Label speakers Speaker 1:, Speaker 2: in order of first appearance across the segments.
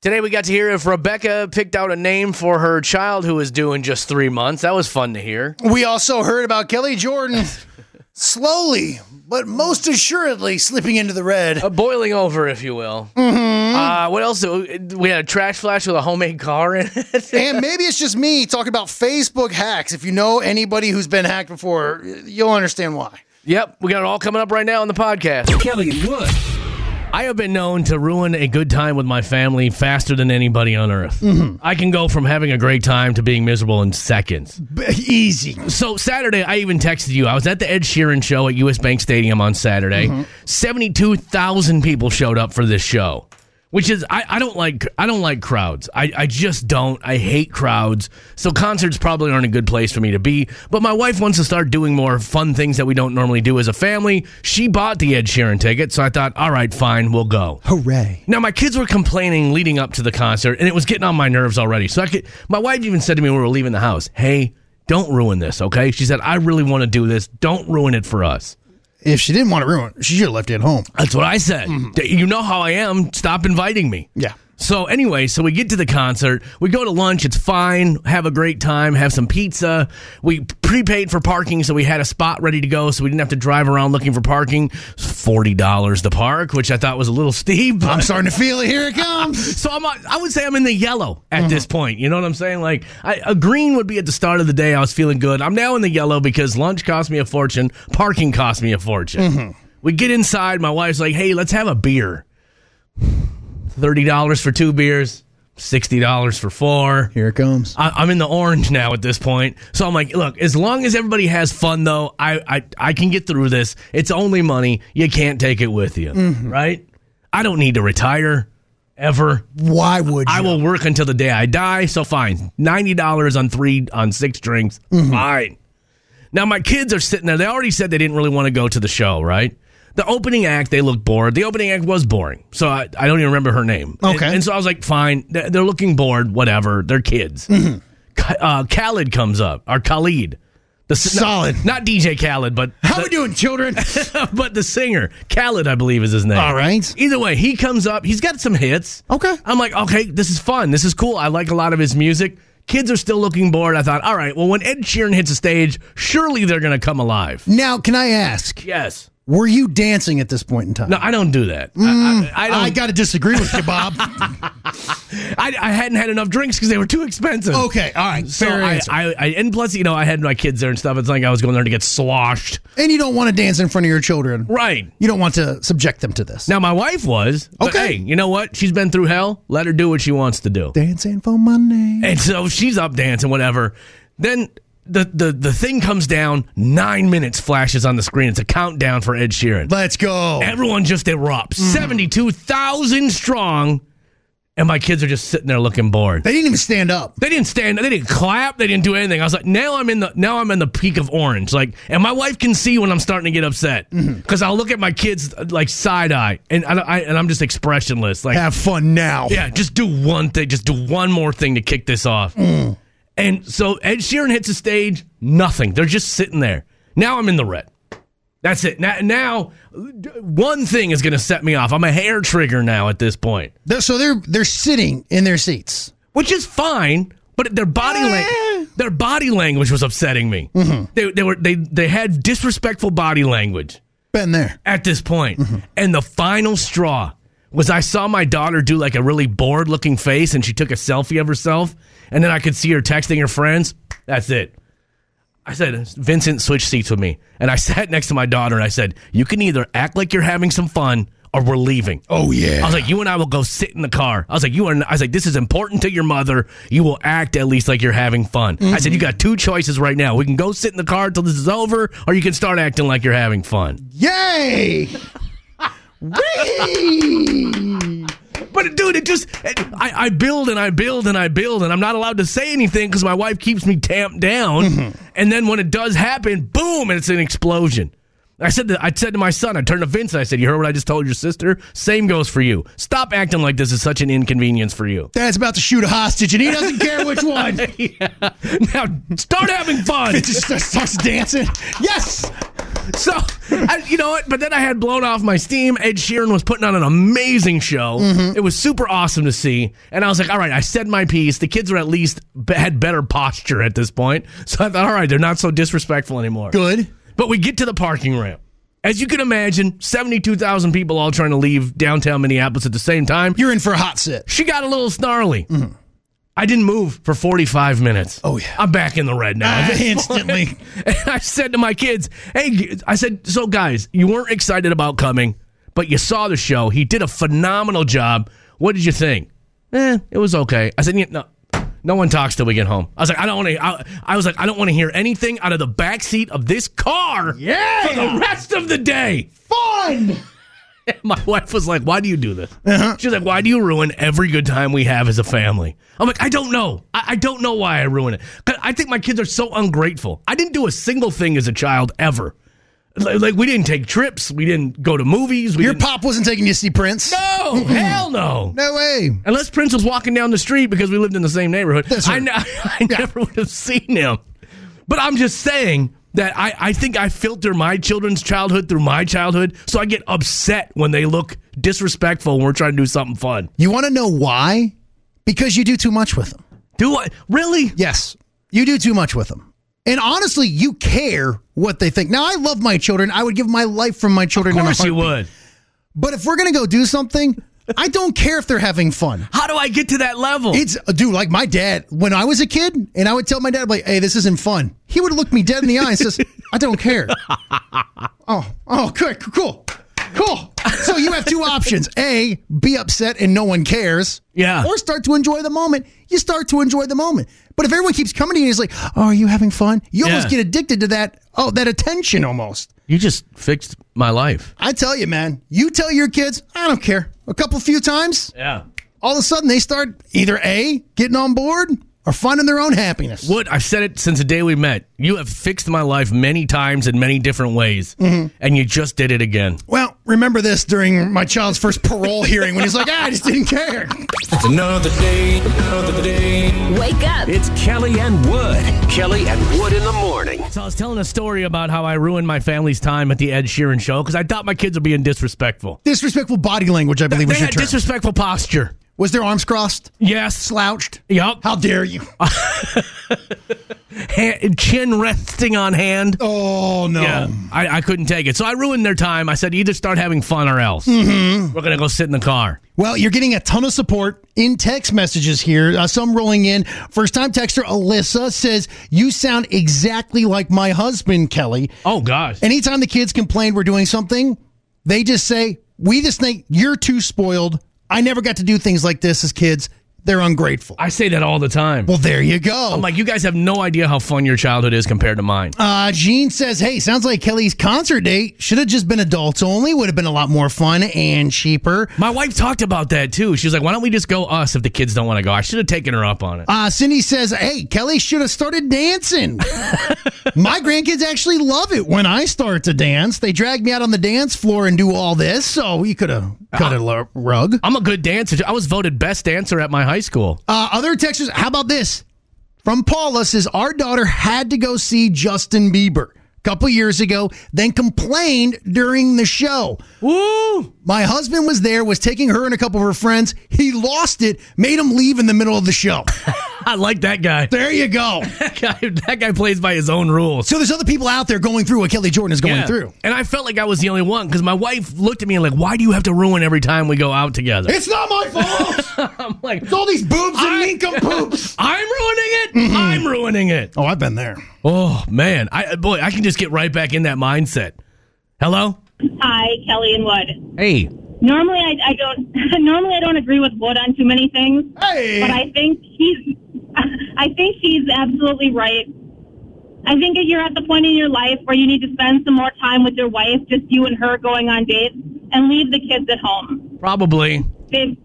Speaker 1: Today we got to hear if Rebecca picked out a name for her child who was due in just three months. That was fun to hear.
Speaker 2: We also heard about Kelly Jordan slowly, but most assuredly slipping into the red.
Speaker 1: A boiling over, if you will. Uh, what else? We had a trash flash with a homemade car in it.
Speaker 2: And maybe it's just me talking about Facebook hacks. If you know anybody who's been hacked before, you'll understand why.
Speaker 1: yep, we got it all coming up right now on the podcast.
Speaker 3: Kelly and Wood.
Speaker 1: I have been known to ruin a good time with my family faster than anybody on earth. I can go from having a great time to being miserable in seconds.
Speaker 2: Easy.
Speaker 1: So Saturday, I even texted you. I was at the Ed Sheeran show at US Bank Stadium on Saturday. Seventy-two thousand people showed up for this show, which is I, I don't like. I don't like crowds. I, I just don't. I hate crowds. So concerts probably aren't a good place for me to be. But my wife wants to start doing more fun things that we don't normally do as a family. She bought the Ed Sheeran ticket, so I thought, all right, fine, we'll go.
Speaker 2: Hooray.
Speaker 1: Now my kids were complaining leading up to the concert, and it was getting on my nerves already. So I could. My wife even said to me when we were leaving the house, "Hey, don't ruin this, okay?" She said, "I really want to do this. Don't ruin it for us."
Speaker 2: If she didn't want to ruin it, she should have left it at home.
Speaker 1: That's what I said. D- You know how I am. Stop inviting me.
Speaker 2: Mm-hmm. Yeah.
Speaker 1: So anyway, so we get to the concert. We go to lunch. It's fine. Have a great time. Have some pizza. We prepaid for parking, so we had a spot ready to go, so we didn't have to drive around looking for parking. Forty dollars to park, which I thought was a little steep. but-
Speaker 2: I'm starting to feel it. Here it comes.
Speaker 1: so I'm, on- I would say I'm in the yellow at this point. You know what I'm saying? Like I, a green would be at the start of the day. I was feeling good. I'm now in the yellow because lunch cost me a fortune. Parking cost me a fortune. We get inside. My wife's like, "Hey, let's have a beer. Thirty dollars for two beers. Sixty dollars for four.
Speaker 2: Here it comes.
Speaker 1: I, I'm in the orange now at this point. So I'm like, look, as long as everybody has fun, though, I I, I can get through this. It's only money. You can't take it with you, right? I don't need to retire ever.
Speaker 2: Why would you?
Speaker 1: I will work until the day I die. So fine, ninety dollars on three on six drinks.
Speaker 2: Mm-hmm.
Speaker 1: Fine. Now my kids are sitting there. They already said they didn't really want to go to the show, right? The opening act, they looked bored. The opening act was boring, so I, I don't even remember her name.
Speaker 2: Okay.
Speaker 1: and, and so I was like, fine, they're, they're looking bored. Whatever, they're kids.
Speaker 2: Mm-hmm.
Speaker 1: Ka- Uh, Khaled comes up, or Khalid, the s- no,
Speaker 2: Solid.
Speaker 1: not DJ Khaled, but
Speaker 2: How we doing, children?
Speaker 1: but the singer Khaled, I believe, is his name.
Speaker 2: All right.
Speaker 1: Either way, he comes up. He's got some hits.
Speaker 2: Okay.
Speaker 1: I'm like, okay, this is fun. This is cool. I like a lot of his music. Kids are still looking bored. I thought, all right, well, when Ed Sheeran hits a stage, surely they're going to come alive.
Speaker 2: Now, can I ask,
Speaker 1: Yes.
Speaker 2: were you dancing at this point in time?
Speaker 1: No, I don't do that. I, I, I
Speaker 2: Mm, I
Speaker 1: don't.
Speaker 2: got to disagree with you, Bob.
Speaker 1: I, I hadn't had enough drinks because they were too expensive.
Speaker 2: okay, all right,
Speaker 1: So
Speaker 2: fair
Speaker 1: I,
Speaker 2: answer.
Speaker 1: I, I, and plus, you know, I had my kids there and stuff. It's like I was going there to get sloshed.
Speaker 2: and you don't want to dance in front of your children.
Speaker 1: Right.
Speaker 2: You don't want to subject them to this.
Speaker 1: Now, my wife was. but hey,
Speaker 2: Okay.
Speaker 1: you know what? She's been through hell. Let her do what she wants to do.
Speaker 2: Dancing for money.
Speaker 1: And so she's up dancing, whatever. Then the, the the thing comes down, nine minutes flashes on the screen. It's a countdown for Ed Sheeran.
Speaker 2: Let's go.
Speaker 1: Everyone just erupts. 72,000 strong. And my kids are just sitting there looking bored.
Speaker 2: they didn't even stand up.
Speaker 1: They didn't stand. They didn't clap. They didn't do anything. I was like, now I'm in the now I'm in the peak of orange. Like, and my wife can see when I'm starting to get upset because I'll look at my kids uh, like side eye, and I, I and I'm just expressionless. Like,
Speaker 2: Have fun now.
Speaker 1: yeah, just do one thing. Just do one more thing to kick this off. And so Ed Sheeran hits the stage. Nothing. They're just sitting there. Now I'm in the red. That's it. Now, now one thing is going to set me off. I'm a hair trigger now at this point,
Speaker 2: They're- so they're they're sitting in their seats.
Speaker 1: which is fine. But their body
Speaker 2: Eh.
Speaker 1: language, their body language was upsetting me. They, they were they they had disrespectful body language.
Speaker 2: Been there.
Speaker 1: at this point. And the final straw was I saw my daughter do like a really bored looking face and she took a selfie of herself. And then I could see her texting her friends. That's it. I said, Vincent, switch seats with me. And I sat next to my daughter and I said, You can either act like you're having some fun or we're leaving.
Speaker 2: Oh yeah.
Speaker 1: I was like, you and I will go sit in the car. I was like, you are. I was like, this is important to your mother. You will act at least like you're having fun. I said, you got two choices right now. We can go sit in the car till this is over, or you can start acting like you're having fun.
Speaker 2: Yay. Whee!
Speaker 1: But dude, it just I, I build and I build and I build and I'm not allowed to say anything because my wife keeps me tamped down. And then when it does happen, boom, and it's an explosion. I said to, I said to my son, I turned to Vince and I said, "You heard what I just told your sister? Same goes for you. Stop acting like this is such an inconvenience for you.
Speaker 2: Dad's about to shoot a hostage, and he doesn't care which one.
Speaker 1: Yeah. Now start having fun."
Speaker 2: It just starts dancing. Yes.
Speaker 1: So, I, you know what? But then I had blown off my steam. Ed Sheeran was putting on an amazing show.
Speaker 2: Mm-hmm.
Speaker 1: It was super awesome to see. And I was like, all right, I said my piece. The kids were at least be- had better posture at this point. So I thought, all right, they're not so disrespectful anymore.
Speaker 2: Good.
Speaker 1: But we get to the parking ramp. As you can imagine, 72,000 people all trying to leave downtown Minneapolis at the same time.
Speaker 2: You're in for a hot sit.
Speaker 1: She got a little snarly. I didn't move for 45 minutes.
Speaker 2: Mm-hmm. Oh, yeah.
Speaker 1: I'm back in the red now.
Speaker 2: Instantly.
Speaker 1: And I said to my kids, "Hey, g- I said, so guys, you weren't excited about coming, but you saw the show. He did a phenomenal job. What did you think? Eh, it was okay." I said, yeah, "No, no one talks till we get home." I was like, "I don't want to." I, I was like, "I don't want to hear anything out of the back seat of this car
Speaker 2: Yeah.
Speaker 1: for the rest of the day."
Speaker 2: Fun.
Speaker 1: My wife was like, "Why do you do this?" She's like, "Why do you ruin every good time we have as a family?" I'm like, "I don't know. I, I don't know why I ruin it. 'Cause I think my kids are so ungrateful. I didn't do a single thing as a child ever. Like, like, we didn't take trips. We didn't go to movies. We
Speaker 2: Your
Speaker 1: didn't,
Speaker 2: pop wasn't taking you to see Prince.
Speaker 1: no, hell no."
Speaker 2: No way.
Speaker 1: Unless Prince was walking down the street because we lived in the same neighborhood,
Speaker 2: That's
Speaker 1: I,
Speaker 2: right.
Speaker 1: ne- I never would have seen him. But I'm just saying that I, I think I filter my children's childhood through my childhood, so I get upset when they look disrespectful when we're trying to do something fun.
Speaker 2: You want to know why? Because you do too much with them.
Speaker 1: Do I really?
Speaker 2: Yes, you do too much with them. And honestly, you care what they think. Now, I love my children. I would give my life for my children.
Speaker 1: Of
Speaker 2: in a
Speaker 1: course you
Speaker 2: heartbeat.
Speaker 1: would.
Speaker 2: But if we're gonna go do something, I don't care if they're having fun.
Speaker 1: How do I get to that level?
Speaker 2: It's uh, dude, like my dad when I was a kid, and I would tell my dad like, "Hey, this isn't fun." He would look me dead in the eye and says, "I don't care." oh, oh, good, cool, cool. So you have two options: a, be upset and no one cares,
Speaker 1: Yeah.
Speaker 2: or start to enjoy the moment. You start to enjoy the moment. But if everyone keeps coming to you, and is like, "Oh, are you having fun?" You almost
Speaker 1: Yeah.
Speaker 2: get addicted to that. Oh, that attention almost.
Speaker 1: you just fixed my life.
Speaker 2: I tell you, man. You tell your kids, "I don't care." A couple few times,
Speaker 1: Yeah.
Speaker 2: all of a sudden they start either a getting on board or finding their own happiness.
Speaker 1: Wood, I've said it since the day we met. You have fixed my life many times in many different ways, and you just did it again.
Speaker 2: Well, remember this during my child's first parole hearing when he's like, "Ah, I just didn't care.
Speaker 3: It's another day, another day.
Speaker 4: Wake up.
Speaker 5: It's Kelly and Wood. Kelly and Wood in the morning.
Speaker 1: So I was telling a story about how I ruined my family's time at the Ed Sheeran show because I thought my kids were being disrespectful.
Speaker 2: Disrespectful body language, I believe
Speaker 1: They
Speaker 2: was your
Speaker 1: had
Speaker 2: term.
Speaker 1: disrespectful posture.
Speaker 2: was their arms crossed,
Speaker 1: Yes.
Speaker 2: slouched?
Speaker 1: Yup.
Speaker 2: How dare you?
Speaker 1: Ha- chin resting on hand.
Speaker 2: Oh no.
Speaker 1: Yeah, I, I couldn't take it. So I ruined their time. I said, either start having fun or else.
Speaker 2: Mm-hmm.
Speaker 1: We're going to go sit in the car.
Speaker 2: Well, you're getting a ton of support in text messages here. Uh, some rolling in. First time texter Alyssa says, "You sound exactly like my husband, Kelly."
Speaker 1: Oh, gosh.
Speaker 2: Anytime the kids complain we're doing something, they just say, We just think you're too spoiled. I never got to do things like this as kids. They're ungrateful.
Speaker 1: I say that all the time.
Speaker 2: well, there you go.
Speaker 1: I'm like, you guys have no idea how fun your childhood is compared to mine.
Speaker 2: uh, Gene says, Hey, sounds like Kelly's concert date should have just been adults only, would have been a lot more fun and cheaper.
Speaker 1: My wife talked about that too. She was like, why don't we just go us if the kids don't want to go? I should have taken her up on it.
Speaker 2: Uh, Cindy says, Hey, Kelly should have started dancing. My grandkids actually love it when I start to dance. They drag me out on the dance floor and do all this. So you could have cut a lo- rug.
Speaker 1: I'm a good dancer. I was voted best dancer at my high school.
Speaker 2: Uh, other textures. How about this? From Paula says our daughter had to go see Justin Bieber a couple years ago, then complained during the show.
Speaker 1: Woo!
Speaker 2: My husband was there, was taking her and a couple of her friends. He lost it, made him leave in the middle of the show.
Speaker 1: I like that guy.
Speaker 2: There you go.
Speaker 1: That guy, that guy plays by his own rules.
Speaker 2: So there's other people out there going through what Kelly Jordan is going
Speaker 1: Yeah.
Speaker 2: through.
Speaker 1: And I felt like I was the only one because my wife looked at me and like, why do you have to ruin every time we go out together?
Speaker 2: It's not my fault.
Speaker 1: I'm like,
Speaker 2: all these boobs
Speaker 1: I-
Speaker 2: nincompoops.
Speaker 1: I'm ruining it. I'm ruining it.
Speaker 2: oh, I've been there.
Speaker 1: Oh man, I boy, I can just get right back in that mindset. Hello.
Speaker 6: Hi, Kelly and Wood.
Speaker 1: Hey.
Speaker 6: Normally, I, I don't. Normally, I don't agree with Wood on too many things, but
Speaker 2: Hey.
Speaker 6: I think he's. I think he's absolutely right. I think if you're at the point in your life where you need to spend some more time with your wife, just you and her going on dates, and leave the kids at home.
Speaker 1: Probably.
Speaker 6: They've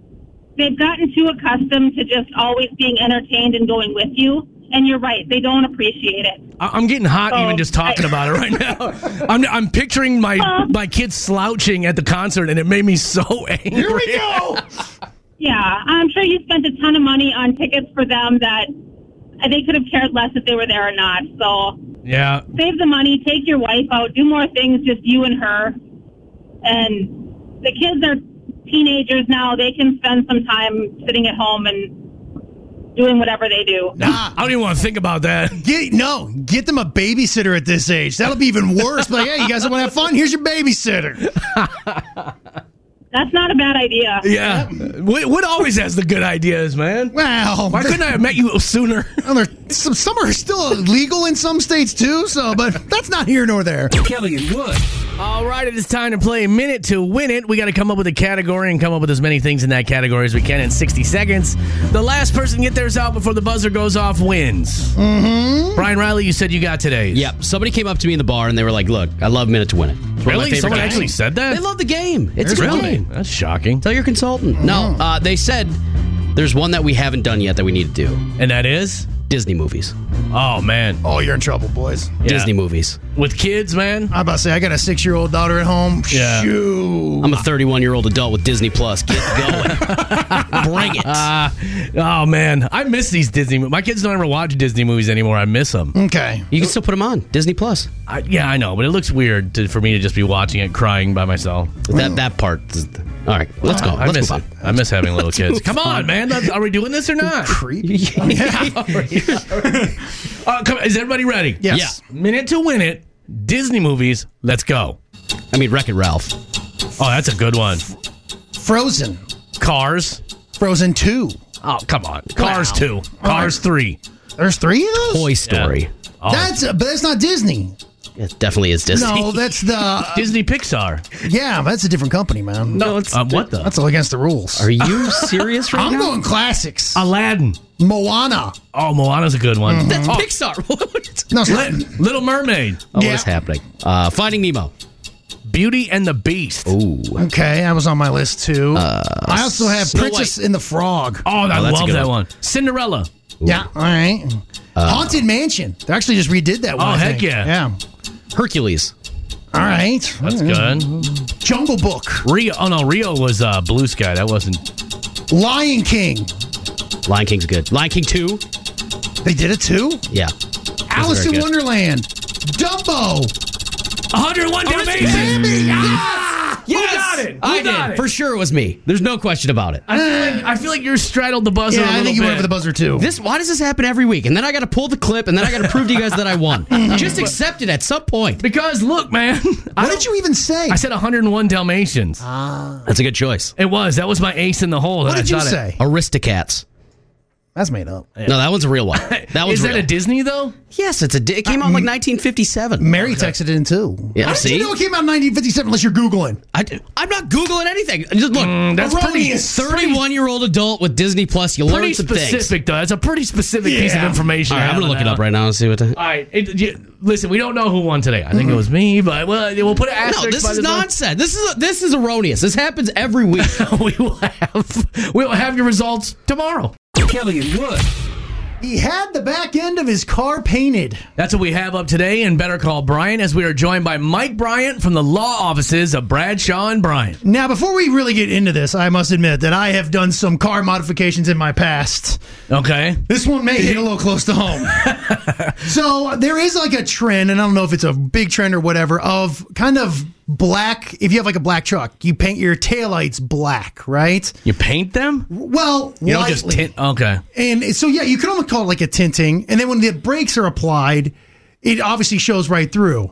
Speaker 6: they've gotten too accustomed to just always being entertained and going with you. And you're right; they don't appreciate it.
Speaker 1: I- I'm getting hot
Speaker 6: Oh,
Speaker 1: even just talking
Speaker 6: I-
Speaker 1: about it right now. I'm I'm picturing my
Speaker 6: Oh.
Speaker 1: my kids slouching at the concert, and it made me so angry.
Speaker 2: Here we go.
Speaker 6: Yeah, I'm sure you spent a ton of money on tickets for them that they could have cared less if they were there or not. So
Speaker 1: Yeah.
Speaker 6: Save the money, take your wife out, do more things, just you and her. And the kids are teenagers now. They can spend some time sitting at home and doing whatever they do.
Speaker 2: Nah,
Speaker 1: I don't even want to think about that.
Speaker 2: get no, get them a babysitter at this age. That'll be even worse. But yeah, you guys want to have fun? Here's your babysitter.
Speaker 6: That's not a bad idea.
Speaker 1: Yeah. What always has the good ideas, man?
Speaker 2: Wow.
Speaker 1: Why couldn't I have met you sooner?
Speaker 2: Well, they're- some, some are still legal in some states too. So, but that's not here nor there.
Speaker 5: Kelly and Wood.
Speaker 1: All right, it is time to play Minute to Win It. We got to come up with a category and come up with as many things in that category as we can in 60 seconds. The last person to get theirs out before the buzzer goes off wins. Mm-hmm. Brian Riley, you said you got today's.
Speaker 4: Yep. Somebody came up to me in the bar and they were like, "Look, I love Minute to Win It. It's one of my
Speaker 1: Really?
Speaker 4: favorite
Speaker 1: Someone
Speaker 4: games."
Speaker 1: actually said that?
Speaker 4: They love the game. It's a good
Speaker 1: really?
Speaker 4: game.
Speaker 1: That's shocking.
Speaker 4: Tell your consultant. No, uh, they said there's one that we haven't done yet that we need to do.
Speaker 1: And that is?
Speaker 4: Disney movies.
Speaker 1: Oh, man.
Speaker 2: Oh, you're in trouble, boys.
Speaker 1: Yeah.
Speaker 4: Disney movies.
Speaker 1: With kids, man?
Speaker 2: I'm about to say I got a six year old daughter at home.
Speaker 1: Yeah.
Speaker 2: Shoot.
Speaker 4: I'm a 31 year old adult with Disney Plus. Get going. Bring it.
Speaker 1: Uh, oh, man. I miss these Disney movies. My kids don't ever watch Disney movies anymore. I miss them.
Speaker 2: Okay.
Speaker 4: you can still put them on Disney Plus.
Speaker 1: I, yeah, I know, but it looks weird to, for me to just be watching it crying by myself.
Speaker 4: That that part. is- All right, let's go.
Speaker 1: I
Speaker 4: Oh, Let's
Speaker 1: miss
Speaker 4: move
Speaker 1: it. I miss having little kids. Come on, man. Let's- Are we doing this or not?
Speaker 2: Creepy.
Speaker 1: Uh, come, is everybody ready?
Speaker 2: Yes.
Speaker 1: Minute to win it. Disney movies. Let's go.
Speaker 4: on. I mean, Wreck It Ralph.
Speaker 1: Oh, that's a good one.
Speaker 2: Frozen.
Speaker 1: Cars.
Speaker 2: Frozen two.
Speaker 1: Oh, come on. Cars
Speaker 2: Wow.
Speaker 1: two. Cars three.
Speaker 2: There's three of those.
Speaker 4: Toy Story.
Speaker 1: Oh,
Speaker 2: That's uh, but that's not Disney.
Speaker 4: It definitely is Disney.
Speaker 2: No, that's the uh,
Speaker 1: Disney Pixar.
Speaker 2: yeah. That's a different company, man.
Speaker 4: No, it's-
Speaker 1: Um, what the?
Speaker 2: That's all against the rules.
Speaker 4: Are you serious right
Speaker 2: I'm
Speaker 4: now? Oh,
Speaker 2: going classics.
Speaker 1: Aladdin.
Speaker 2: Moana.
Speaker 1: Oh, Moana's a good one.
Speaker 4: That's
Speaker 1: Oh,
Speaker 4: Pixar. What?
Speaker 2: No, it's not.
Speaker 1: Li- Little Mermaid.
Speaker 4: Oh,
Speaker 2: Yeah.
Speaker 4: what is happening? Uh, Finding Nemo.
Speaker 1: Beauty and the Beast. Oh,
Speaker 4: Ooh.
Speaker 2: Okay, I was on my list too.
Speaker 1: Uh,
Speaker 2: I also have
Speaker 4: Snow
Speaker 2: Princess and the Frog.
Speaker 1: I
Speaker 4: Oh, that's a
Speaker 1: love
Speaker 4: good
Speaker 1: that one.
Speaker 4: one.
Speaker 1: Cinderella.
Speaker 2: Yeah, all right. Haunted Mansion. They actually just redid that one.
Speaker 1: Oh,
Speaker 2: I
Speaker 1: heck
Speaker 2: think.
Speaker 1: yeah.
Speaker 2: Yeah.
Speaker 4: Hercules.
Speaker 2: All right.
Speaker 1: That's good.
Speaker 2: Jungle Book,
Speaker 1: Rio. Oh, no. Rio was uh, Blue Sky. That wasn't.
Speaker 2: Lion King.
Speaker 4: Lion King's good. Lion King 2.
Speaker 2: They did it too.
Speaker 4: Yeah.
Speaker 2: Alice
Speaker 4: very
Speaker 2: in
Speaker 4: good.
Speaker 2: Wonderland. Dumbo.
Speaker 1: 101 Dalmatians.
Speaker 2: Bambi.
Speaker 1: Mm.
Speaker 4: Yes!
Speaker 1: got it? Who
Speaker 4: I
Speaker 1: got
Speaker 4: did.
Speaker 1: it?
Speaker 4: For sure it was me. There's no question about it.
Speaker 1: I feel, like, I feel like you're straddled the buzzer.
Speaker 2: Yeah,
Speaker 1: a
Speaker 2: I
Speaker 1: little
Speaker 2: think you
Speaker 1: bit.
Speaker 2: went over the buzzer too.
Speaker 4: This why does this happen every week? And then I got to pull the clip and then I got to prove to you guys that I won. Just accept it at some point.
Speaker 1: because look, man, I,
Speaker 2: what did you even say?
Speaker 1: I said 101 Dalmatians.
Speaker 4: That's a good choice.
Speaker 1: it was that was my ace in the hole.
Speaker 2: what
Speaker 1: that I
Speaker 2: did you
Speaker 1: thought it- Oh.
Speaker 2: say?
Speaker 4: Aristocats.
Speaker 2: That's made up.
Speaker 4: No, that one's a real one. That one's
Speaker 1: Is that a
Speaker 4: real.
Speaker 1: Disney though?
Speaker 4: yes, it's a. di- It came out like 1957.
Speaker 2: Mary texted in too.
Speaker 4: Yeah,
Speaker 2: How did
Speaker 4: see?
Speaker 2: you know it came out in 1957 unless you're Googling?
Speaker 4: I, am not googling anything. Just look.
Speaker 1: Mm, that's
Speaker 2: Erroneous.
Speaker 4: Thirty-one-year-old adult with Disney Plus. You
Speaker 1: Pretty
Speaker 4: learn some
Speaker 1: specific
Speaker 4: things.
Speaker 1: though. That's a pretty specific piece of
Speaker 2: Yeah.
Speaker 1: information.
Speaker 4: All right, I'm gonna look it up right now and see what. The,
Speaker 1: All right, it, you, listen. We don't know who won today. I think
Speaker 2: Mm-hmm.
Speaker 1: it was me, but well, we'll put an asterisk.
Speaker 4: no, this
Speaker 1: by
Speaker 4: is
Speaker 1: this one.
Speaker 4: nonsense. This is this is erroneous. This happens every week.
Speaker 1: we will have we will have your results tomorrow.
Speaker 5: Kelly and Wood.
Speaker 2: He had the back end of his car painted.
Speaker 1: That's what we have up today in Better Call Brian, as we are joined by Mike Bryant from the law offices of Bradshaw and Bryant.
Speaker 2: Now, before we really get into this, I must admit that I have done some car modifications in my past.
Speaker 1: Okay.
Speaker 2: This one may hit a little close to home. so there is like a trend, and I don't know if it's a big trend or whatever, of kind of black. If you have like a black truck, you paint your taillights black, right?
Speaker 1: You paint them?
Speaker 2: Well,
Speaker 1: You don't just
Speaker 2: lightly.
Speaker 1: tint. Okay.
Speaker 2: And so, yeah, you can almost call it like a tinting. And then when the brakes are applied, it obviously shows right through.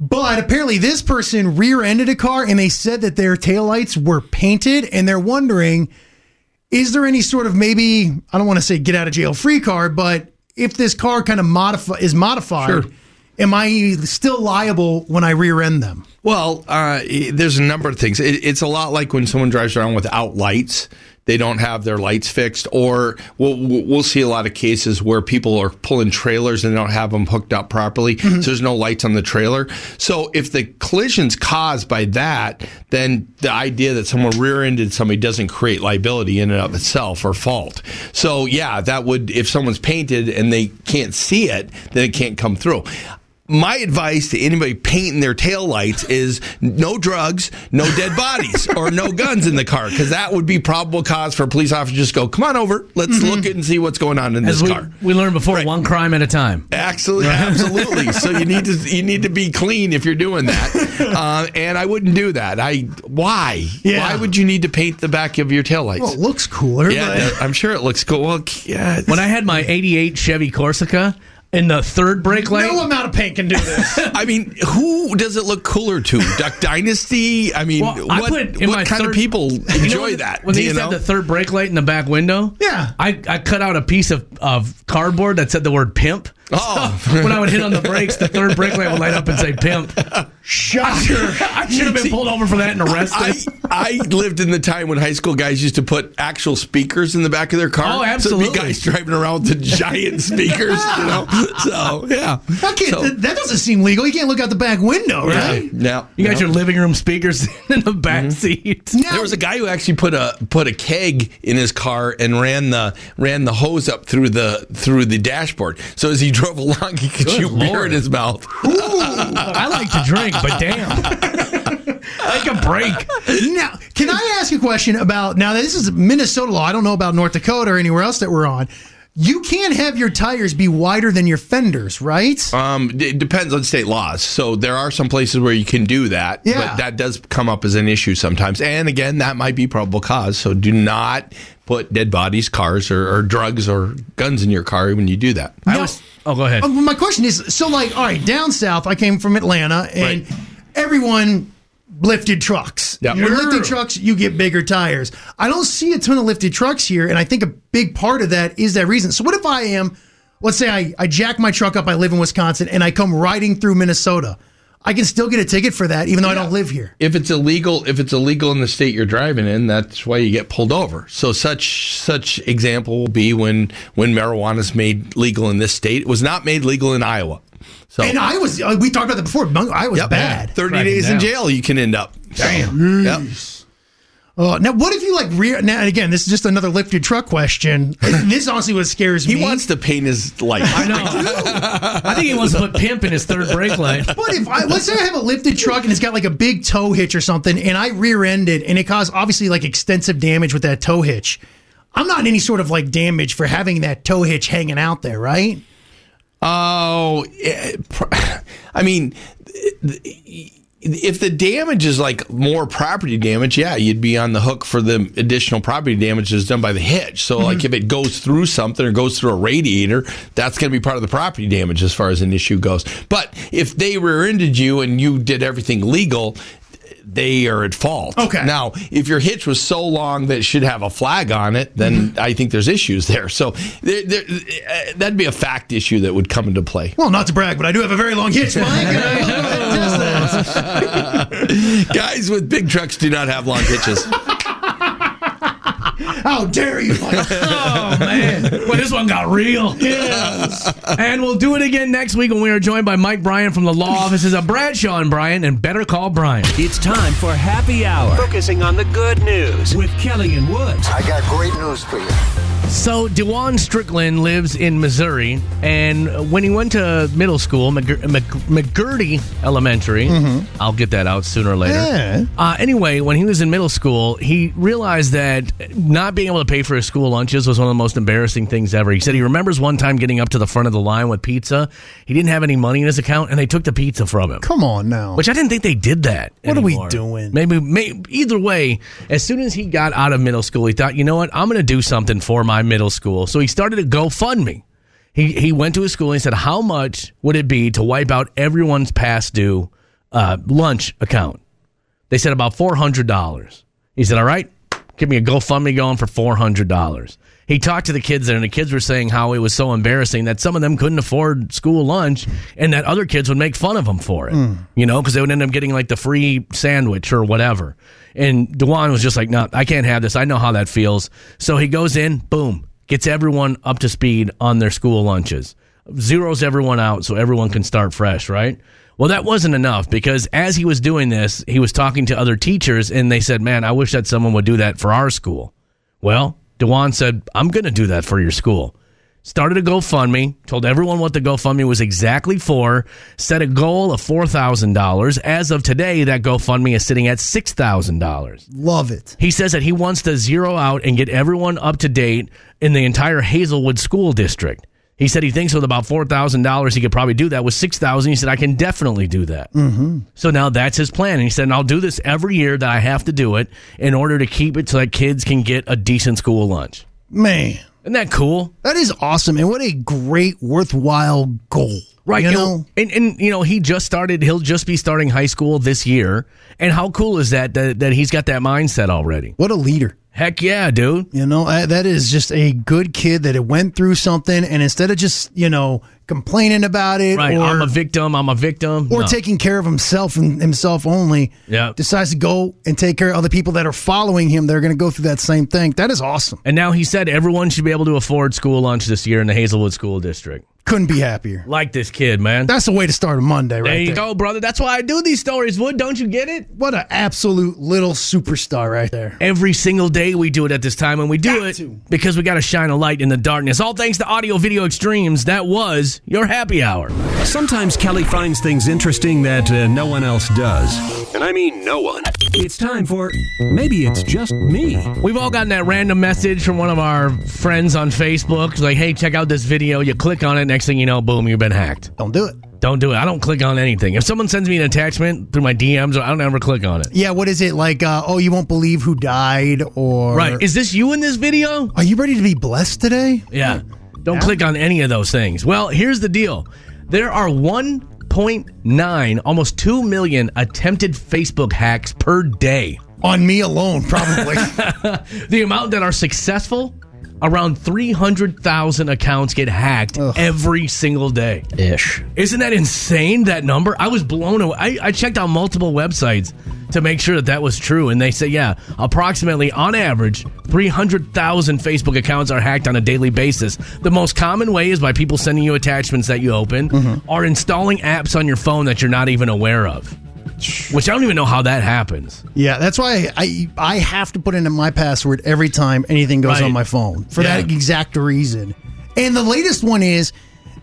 Speaker 2: But apparently, this person rear ended a car and they said that their taillights were painted. And they're wondering is there any sort of maybe, I don't want to say get out of jail free card, but if this car kind of modify, is modified, am I still liable when I rear end them?
Speaker 7: Well, uh, i- there's a number of things. It, it's a lot like when someone drives around without lights. They don't have their lights fixed, or we'll, we'll we'll see a lot of cases where people are pulling trailers and they don't have them hooked up properly. So there's no lights on the trailer. So if the collision's caused by that, then the idea that someone rear-ended somebody doesn't create liability in and of itself or fault. So yeah, that would if someone's painted and they can't see it, then it can't come through. my advice to anybody painting their taillights is no drugs, no dead bodies, or no guns in the car, because that would be probable cause for a police officer to just go, come on over, let's look and see what's going on in
Speaker 1: Mm-hmm. As
Speaker 7: this
Speaker 1: we,
Speaker 7: car.
Speaker 1: we learned before, one crime at a time.
Speaker 7: Absolutely, absolutely. so you need to you need to be clean if you're doing that, uh, and I wouldn't do that. I why why would you need to paint the back of your taillights?
Speaker 2: Well, Oh, it looks cooler.
Speaker 7: yeah,
Speaker 2: but-
Speaker 7: that- I'm sure it looks cool. Well, yeah,
Speaker 1: When I had my 88 Chevy Corsica in the third brake light,
Speaker 2: no amount of paint can do this.
Speaker 7: I mean, who does it look cooler to? Duck Dynasty. I mean,
Speaker 1: Well, I
Speaker 7: what,
Speaker 1: put in
Speaker 7: what
Speaker 1: my
Speaker 7: kind
Speaker 1: third-
Speaker 7: of people
Speaker 1: You
Speaker 7: enjoy
Speaker 1: know when-
Speaker 7: that?
Speaker 1: When they
Speaker 7: do you
Speaker 1: used to have
Speaker 7: know?
Speaker 1: the third brake light in the back window,
Speaker 2: Yeah.
Speaker 1: I, I cut out a piece of, of cardboard that said the word pimp.
Speaker 7: Oh.
Speaker 1: when I would hit on the brakes, the third brake light would light up and say pimp.
Speaker 2: Shocker.
Speaker 1: I should have been pulled over for that and
Speaker 7: I,
Speaker 1: arrested.
Speaker 7: I lived in the time when high school guys used to put actual speakers in the back of their car.
Speaker 1: Oh,
Speaker 7: So
Speaker 1: absolutely.
Speaker 7: it'd be guys driving around with the giant speakers, you know. So yeah,
Speaker 2: That, can't,
Speaker 7: So-
Speaker 2: that that doesn't seem legal. You can't look out the back window, right?
Speaker 7: Now
Speaker 1: you got your living room speakers in the
Speaker 7: Mm-hmm.
Speaker 1: back seat.
Speaker 2: Now,
Speaker 7: There was a guy who actually put a put a keg in his car and ran the ran the hose up through the through the dashboard. So as he drove along, he could shoot beer in his mouth.
Speaker 1: I like to drink, but damn. Take a break.
Speaker 2: Now, can I ask a question about now? This is Minnesota law. I don't know about North Dakota or anywhere else that we're on. You can't have your tires be wider than your fenders, right?
Speaker 1: Uh,
Speaker 7: Um, d- it depends on state laws. So there are some places where you can do that,
Speaker 2: Yeah.
Speaker 7: but that does come up as an issue sometimes. And again, that might be probable cause. So do not put dead bodies, cars, or, or drugs or guns in your car when you do that.
Speaker 1: I was, oh, go
Speaker 7: Um,
Speaker 1: ahead.
Speaker 2: Uh, my question is so, like, all right, down south, I came from Atlanta, and
Speaker 7: Right.
Speaker 2: everyone lifted trucks.
Speaker 7: Yeah.
Speaker 2: With lifted
Speaker 1: Yeah.
Speaker 2: trucks, you get bigger tires. I don't see a ton of lifted trucks here, and I think a big part of that is that reason. So, what if I am, let's say I, I jack my truck up, I live in Wisconsin, and I come riding through Minnesota? I can still get a ticket for that, even though I don't live here.
Speaker 7: If it's illegal, if it's illegal in the state you're driving in, that's why you get pulled over. So such such example will be when when marijuana is made legal in this state. It was not made legal in Iowa. So
Speaker 2: And I was, uh, we talked about that before. Bung- I was
Speaker 7: Yep.
Speaker 2: bad.
Speaker 7: Thirty
Speaker 1: Cracking
Speaker 7: days
Speaker 1: down.
Speaker 7: in jail you can end up. Damn. Yep.
Speaker 2: Oh, now, what if you like rear? Now, and again, this is just another lifted truck question. this is honestly what scares
Speaker 7: He
Speaker 2: me.
Speaker 7: wants to paint his life.
Speaker 1: I know. I think he wants to put pimp in his third brake light.
Speaker 2: But if I let's say I have a lifted truck and it's got like a big tow hitch or something, and I rear end it, and it caused obviously like extensive damage with that tow hitch. I'm not any sort of like damage for having that tow hitch hanging out there, right?
Speaker 7: Oh, eh, pr- I mean, th- if the damage is like more property damage, yeah, you'd be on the hook for the additional property damage that's done by the hitch. So, like, if it goes through something or goes through a radiator, that's going to be part of the property damage as far as an issue goes. But if they rear-ended you and you did everything legal. They are at fault.
Speaker 2: Okay.
Speaker 7: Now, if your hitch was so long that it should have a flag on it, then I think there's issues there. So there, there, eh, that'd be a fact issue that would come into play.
Speaker 2: Well, not to brag, but I do have a very long hitch, Mike. and I will go ahead and test that.
Speaker 7: Guys with big trucks do not have long hitches.
Speaker 2: How dare you? Mike?
Speaker 1: Oh man! Well, this one got real. Yes. and we'll do it again next week when we are joined by Mike Bryan from the law offices of Bradshaw and Bryan and Better Call Bryan.
Speaker 5: It's time for Happy Hour
Speaker 8: Focusing on the good news.
Speaker 5: with Kelly and Woods.
Speaker 9: I got great news for you.
Speaker 1: So Dewan Strickland lives in Missouri, and when he went to middle school, McG- Mc- McGurdy Elementary, I'll get that out sooner or later.
Speaker 2: Yeah.
Speaker 1: Uh, anyway, when he was in middle school, he realized that not being able to pay for his school lunches was one of the most embarrassing things ever. He said he remembers one time getting up to the front of the line with pizza. He didn't have any money in his account, and they took the pizza from him.
Speaker 2: Come on now.
Speaker 1: Which I didn't think they did that.
Speaker 2: What are we
Speaker 1: anymore.
Speaker 2: doing?
Speaker 1: Maybe, may either way, as soon as he got out of middle school, he thought, you know what, I'm going to do something for my middle school. So he started a GoFundMe. He he went to his school and he said, how much would it be to wipe out everyone's past due uh, lunch account? They said about four hundred dollars. He said, all right, give me a GoFundMe going for four hundred dollars. He talked to the kids there, and the kids were saying how it was so embarrassing that some of them couldn't afford school lunch, and that other kids would make fun of them for it, you know, because they would end up getting like the free sandwich or whatever. And Dewan was just like, "No, I can't have this. I know how that feels." So he goes in, boom, gets everyone up to speed on their school lunches, zeroes everyone out so everyone can start fresh, right? Well, that wasn't enough because as he was doing this, he was talking to other teachers and they said, Man, I wish that someone would do that for our school. Well, Dewan said, I'm going to do that for your school. started a GoFundMe, told everyone what the GoFundMe was exactly for, set a goal of $4,000. As of today, that GoFundMe is sitting at $6,000.
Speaker 2: Love it.
Speaker 1: He says that he wants to zero out and get everyone up to date in the entire Hazelwood school district. He said he thinks with about four thousand dollars he could probably do that. With six thousand, he said I can definitely do that. Mm-hmm. So now that's his plan, and he said and I'll do this every year that I have to do it in order to keep it so that kids can get a decent school lunch.
Speaker 2: Man,
Speaker 1: Isn't that cool?
Speaker 2: that is awesome. And what a great, worthwhile goal.
Speaker 1: Right.
Speaker 2: You
Speaker 1: and-
Speaker 2: know,
Speaker 1: and, and you know, he just started he'll just be starting high school this year. And how cool is that that, that he's got that mindset already?
Speaker 2: what a leader.
Speaker 1: Heck yeah, dude.
Speaker 2: You know, I, that is just a good kid that it went through something. And instead of just, you know, complaining about it
Speaker 1: Right.
Speaker 2: or,
Speaker 1: I'm a victim, I'm a victim.
Speaker 2: or
Speaker 1: No.
Speaker 2: taking care of himself and himself only,
Speaker 1: Yeah.
Speaker 2: decides to go and take care of other people that are following him. They're going to go through that same thing. That is awesome.
Speaker 1: And now he said everyone should be able to afford school lunch this year in the Hazelwood School District.
Speaker 2: Couldn't be happier.
Speaker 1: Like this kid, man.
Speaker 2: That's the way to start a Monday, right?
Speaker 1: there you
Speaker 2: there.
Speaker 1: go, brother. That's why I do these stories, Wood. Don't you get it?
Speaker 2: What an absolute little superstar right there.
Speaker 1: Every single day we do it at this time, and we do it because we got to shine a light in the darkness. All thanks to Audio Video Extremes. That was your happy hour.
Speaker 9: Sometimes Kelly finds things interesting that uh, no one else does.
Speaker 5: And I mean no one.
Speaker 9: It's time for Maybe It's Just Me.
Speaker 1: We've all gotten that random message from one of our friends on Facebook, like, hey, check out this video. You click on it, next thing you know, boom, you've been hacked.
Speaker 2: Don't do it.
Speaker 1: Don't do it. I don't click on anything. If someone sends me an attachment through my DMs, I don't ever click on it.
Speaker 2: Yeah, what is it like? Uh, oh, you won't believe who died, or
Speaker 1: Right. Is this you in this video?
Speaker 2: Are you ready to be blessed today?
Speaker 1: Yeah. Don't click on any of those things. Well, here's the deal there are 1.9, almost 2 million attempted Facebook hacks per day.
Speaker 2: On me alone, probably.
Speaker 1: The amount that are successful, around 300,000 accounts get hacked every single day.
Speaker 4: Ish.
Speaker 1: Isn't that insane, that number? I was blown away. I, I checked out multiple websites to make sure that that was true, and they say, yeah, approximately on average, 300,000 Facebook accounts are hacked on a daily basis. The most common way is by people sending you attachments that you open or installing apps on your phone that you're not even aware of. Which I don't even know how that happens.
Speaker 2: yeah, that's why I I have to put in my password every time anything goes
Speaker 1: Right.
Speaker 2: on my phone for
Speaker 1: Yeah.
Speaker 2: that exact reason. And the latest one is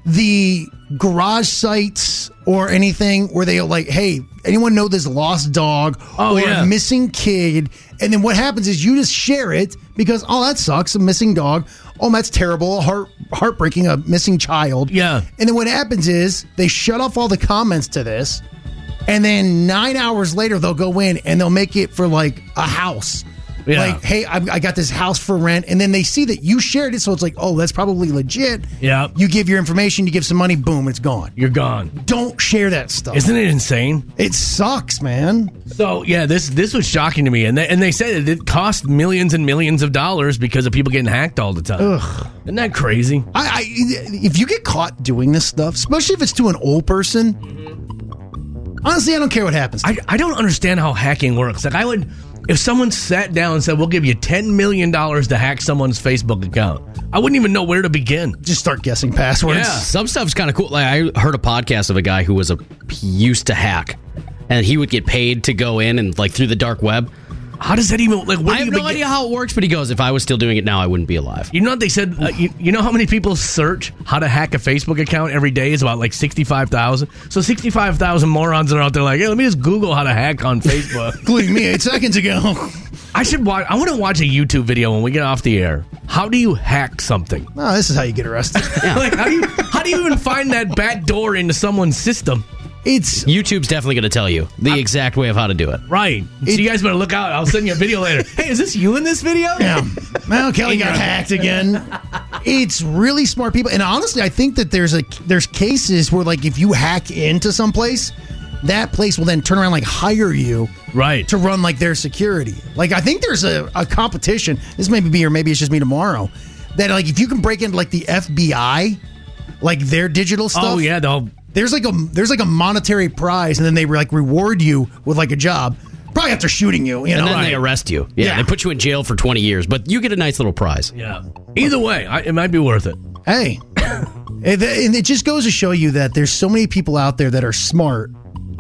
Speaker 2: the garage sites or anything where they like, hey, anyone know this lost dog
Speaker 1: Oh,
Speaker 2: or
Speaker 1: yeah.
Speaker 2: a missing kid? And then what happens is you just share it because oh that sucks, a missing dog. Oh, that's terrible, heart heartbreaking, a missing child.
Speaker 1: Yeah.
Speaker 2: And then what happens is they shut off all the comments to this, and then nine hours later they'll go in and they'll make it for like a house.
Speaker 1: Yeah.
Speaker 2: Like, hey, I, I got this house for rent, and then they see that you shared it, so it's like, oh, that's probably legit.
Speaker 1: Yeah.
Speaker 2: You give your information, you give some money, boom, it's gone.
Speaker 1: You're gone.
Speaker 2: Don't share that stuff.
Speaker 1: Isn't it insane?
Speaker 2: it sucks, man.
Speaker 1: So yeah, this this was shocking to me, and they, and they said it, it cost millions and millions of dollars because of people getting hacked all the time. Isn't that crazy?
Speaker 2: I, I if you get caught doing this stuff, especially if it's to an old person, honestly, I don't care what happens.
Speaker 1: I I don't understand how hacking works. Like I would, if someone sat down and said, "We'll give you ten million dollars to hack someone's Facebook account," I wouldn't even know where to begin.
Speaker 2: just start guessing passwords.
Speaker 1: Yeah.
Speaker 4: Some stuff's kind of cool. Like I heard a podcast of a guy who was a used to hack, and he would get paid to go in and like through the dark web.
Speaker 1: How does that even like? Where do
Speaker 4: I have
Speaker 1: you
Speaker 4: no
Speaker 1: begin?
Speaker 4: idea how it works, but he goes, "If I was still doing it now, I wouldn't be alive."
Speaker 1: You know what they said? Uh, you, you know how many people search how to hack a Facebook account every day is about like 65,000? So 65,000 morons are out there like, hey, let me just Google how to hack on Facebook.
Speaker 2: including me eight seconds ago. Oh,
Speaker 1: I should watch. I want to watch a YouTube video when we get off the air. How do you hack something?
Speaker 2: Oh, this is how you get arrested.
Speaker 1: Like how do you how do you even find that back door into someone's system?
Speaker 2: It's
Speaker 4: YouTube's definitely going to tell you the exact way of how to do it.
Speaker 1: Right. So you guys better look out. I'll send you a video later. Hey, is this you in this video?
Speaker 2: yeah. Well, Kelly got hacked again. It's really smart people, and honestly, I think that there's a there's cases where like if you hack into some place, that place will then turn around like hire you
Speaker 1: Right.
Speaker 2: to run like their security. Like I think there's a, a competition. This may be or maybe it's just me tomorrow. That like if you can break into like the FBI, like their digital stuff.
Speaker 1: Oh yeah, they'll
Speaker 2: there's like a there's like a monetary prize, and then they like reward you with like a job, probably after shooting you. You know,
Speaker 4: And then they arrest you. Yeah,
Speaker 2: Yeah.
Speaker 4: they put you in jail for 20 years, but you get a nice little prize.
Speaker 1: yeah. Either way, I, it might be worth it.
Speaker 2: hey, and th- and it just goes to show you that there's so many people out there that are smart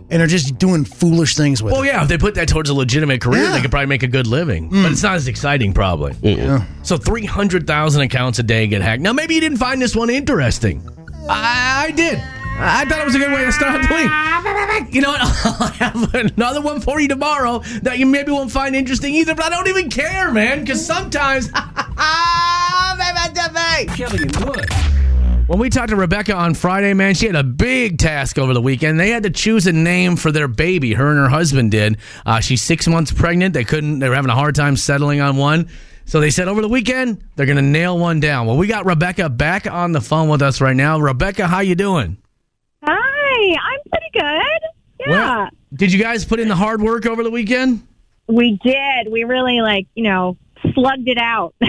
Speaker 2: and are just doing foolish things with.
Speaker 1: Well,
Speaker 2: it.
Speaker 1: yeah, if they put that towards a legitimate career,
Speaker 2: Yeah. Mm.
Speaker 1: they could probably make a good living. But it's not as exciting, probably. So 300,000 accounts a day get hacked. Now, maybe you didn't find this one interesting. I, I did. I thought it was a good way to start the week. You know what? I'll have another one for you tomorrow that you maybe won't find interesting either, but I don't even care, man, because sometimes.
Speaker 5: Kelly and Wood.
Speaker 1: When we talked to Rebecca on Friday, man, she had a big task over the weekend. They had to choose a name for their baby. Her and her husband did. Uh, she's six months pregnant. They couldn't. They were having a hard time settling on one. So they said over the weekend they're gonna nail one down. Well, we got Rebecca back on the phone with us right now. Rebecca, how you doing?
Speaker 6: Hi, I'm pretty good. Yeah.
Speaker 1: Well, did you guys put in the hard work over the weekend?
Speaker 6: We did. We really like, you know, slugged it out.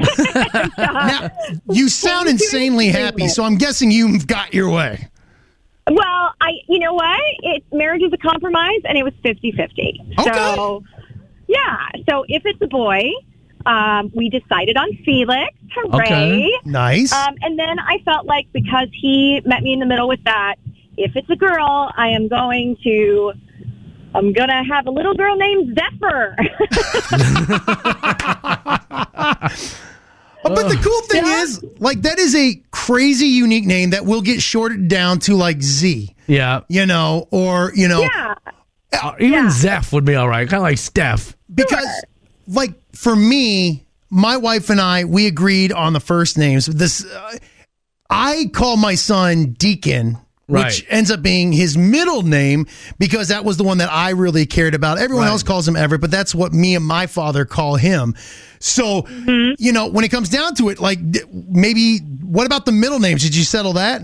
Speaker 2: Now, you sound insanely happy, so I'm guessing you've got your way.
Speaker 6: well, I you know what? It marriage is a compromise and it was 50-50. So yeah, so if it's a boy, um, we decided on Felix. Hooray.
Speaker 1: Okay.
Speaker 2: Nice.
Speaker 6: Um, and then I felt like because he met me in the middle with that, if it's a girl, I am going to, I'm gonna have a little girl named Zephyr.
Speaker 2: Oh, but the cool thing is, like, that is a crazy unique name that will get shorted down to like Z,
Speaker 1: Yeah,
Speaker 2: you know, or you know,
Speaker 6: yeah,
Speaker 1: Uh, even Zeph would be all right. Kind of like Steph.
Speaker 2: because like for me, my wife and I, we agreed on the first names. This, uh, I call my son Deacon.
Speaker 1: Right.
Speaker 2: Which ends up being his middle name because that was the one that I really cared about. Everyone else calls him Everett, but that's what me and my father call him. So, you know, when it comes down to it, like d- maybe what about the middle names? Did you settle that?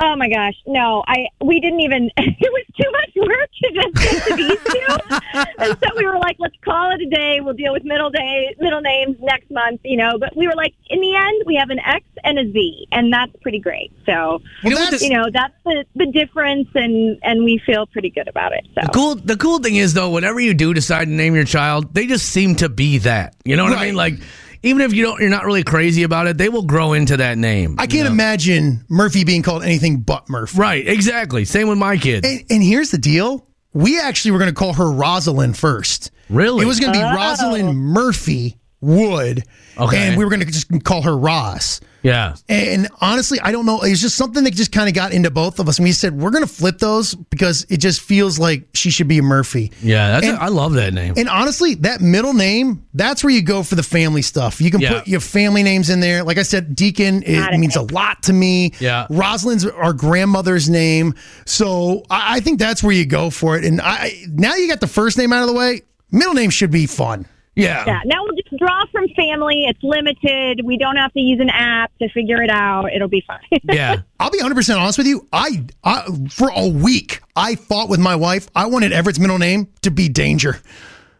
Speaker 6: Oh my gosh, no! I we didn't even. It was too much work to just get to these two, and so we were like, let's call it a day. We'll deal with middle day middle names next month, you know. But we were like, in the end, we have an X and a Z, and that's pretty great. So
Speaker 1: You know what this-
Speaker 6: you know that's the the difference, and and we feel pretty good about it. So
Speaker 1: The cool, the cool thing is though, whatever you do decide to name your child, they just seem to be that. You know what I mean? Like, even if you don't, you're not really crazy about it. They will grow into that name.
Speaker 2: I can't imagine Murphy being called anything but Murphy.
Speaker 1: right? Exactly. Same with my kid.
Speaker 2: And, and here's the deal: we actually were going to call her Rosalind first.
Speaker 1: Really?
Speaker 2: It was going to be Rosalind Murphy Wood,
Speaker 1: Okay.
Speaker 2: and we were going to just call her Ross.
Speaker 1: yeah.
Speaker 2: And honestly, I don't know. It was just something that just kind of got into both of us. And we said we're going to flip those because it just feels like she should be a Murphy.
Speaker 1: Yeah. That's.
Speaker 2: And-
Speaker 1: I love that name.
Speaker 2: And honestly, that middle name, that's where you go for the family stuff. You can
Speaker 1: Yeah.
Speaker 2: put your family names in there. Like I said, Deacon, it,
Speaker 6: Got it.
Speaker 2: means a lot to me.
Speaker 1: Yeah.
Speaker 2: Rosalind's our grandmother's name. So I, I think that's where you go for it. And I now you got the first name out of the way, middle name should be fun.
Speaker 1: yeah.
Speaker 6: yeah, now we'll just draw from family. It's limited. We don't have to use an app to figure it out. It'll be fine.
Speaker 1: Yeah.
Speaker 2: I'll be 100% honest with you. I, I for a week, I fought with my wife. I wanted Everett's middle name to be Danger.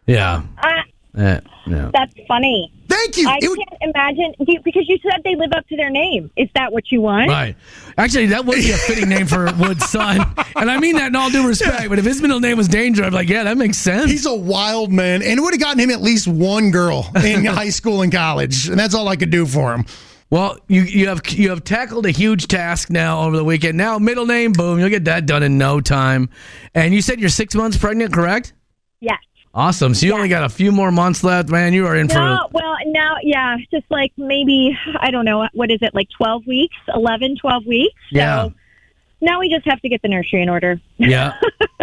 Speaker 1: Yeah.
Speaker 6: Ah,
Speaker 1: Yeah. Yeah.
Speaker 6: that's funny.
Speaker 2: Thank you.
Speaker 6: I
Speaker 2: It would-
Speaker 6: can't imagine do you- because you said they live up to their name. Is that what you want?
Speaker 1: Right. Actually, that would be a fitting name for Wood's son, and I mean that in all due respect. But if his middle name was Danger, I'd be like, yeah, that makes sense.
Speaker 2: He's a wild man, and it would have gotten him at least one girl in high school and college, and that's all I could do for him.
Speaker 1: Well, you, you have you have tackled a huge task now over the weekend. Now middle name, boom, you'll get that done in no time. And you said you're six months pregnant, correct?
Speaker 6: Yes.
Speaker 1: Awesome. So you only got a few more months left, man. You are in
Speaker 6: No, well, now, yeah, just like maybe, I don't know, what is it, like 12 weeks, 11, 12 weeks?
Speaker 1: Yeah.
Speaker 6: So now we just have to get the nursery in order.
Speaker 1: for yeah.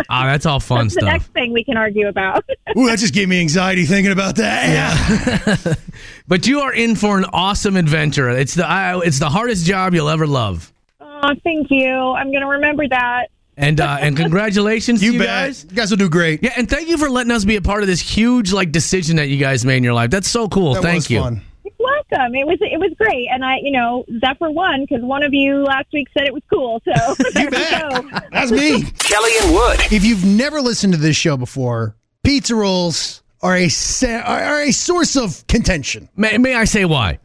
Speaker 1: Ah, that's all fun
Speaker 6: That's the next
Speaker 1: stuff.
Speaker 6: thing we can argue about.
Speaker 2: Ooh, that just gave me anxiety thinking about that. Yeah.
Speaker 1: But you are in for an awesome adventure. It's the I, it's the hardest job you'll ever love.
Speaker 6: oh, thank you. I'm going to remember that.
Speaker 1: And uh, and congratulations, to
Speaker 2: You,
Speaker 1: you
Speaker 2: bet.
Speaker 1: guys.
Speaker 2: You guys will do great.
Speaker 1: Yeah, and thank you for letting us be a part of this huge like decision that you guys made in your life. That's so cool.
Speaker 2: That
Speaker 1: thank
Speaker 2: was
Speaker 1: you.
Speaker 2: fun.
Speaker 6: Welcome. It was it was great, and I, you know, Zephyr won because one of you last week said it was cool. So there we go.
Speaker 2: That's me.
Speaker 5: Kelly and Wood.
Speaker 2: If you've never listened to this show before, pizza rolls are a sa- are a source of contention.
Speaker 1: May, may I say why?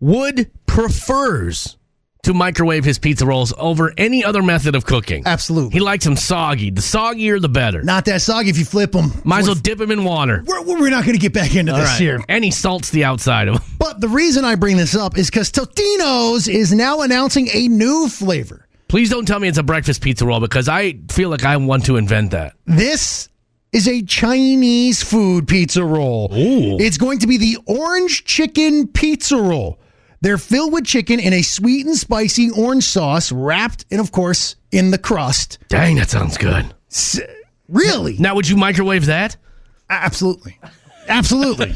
Speaker 1: Wood prefers to microwave his pizza rolls over any other method of cooking.
Speaker 2: Absolutely.
Speaker 1: He likes them soggy. The soggier, the better.
Speaker 2: Not that soggy if you flip them.
Speaker 1: Might as well dip them in water.
Speaker 2: We're, we're not going to get back into this here.
Speaker 1: And he salts the outside of them.
Speaker 2: But the reason I bring this up is because Totino's is now announcing a new flavor.
Speaker 1: Please don't tell me it's a breakfast pizza roll because I feel like I want to invent that.
Speaker 2: This is a Chinese food pizza roll.
Speaker 1: Ooh.
Speaker 2: It's going to be the orange chicken pizza roll. They're filled with chicken in a sweet and spicy orange sauce, wrapped and of course in the crust.
Speaker 1: Dang, that sounds good.
Speaker 2: Really?
Speaker 1: Now, would you microwave that?
Speaker 2: Absolutely. Absolutely.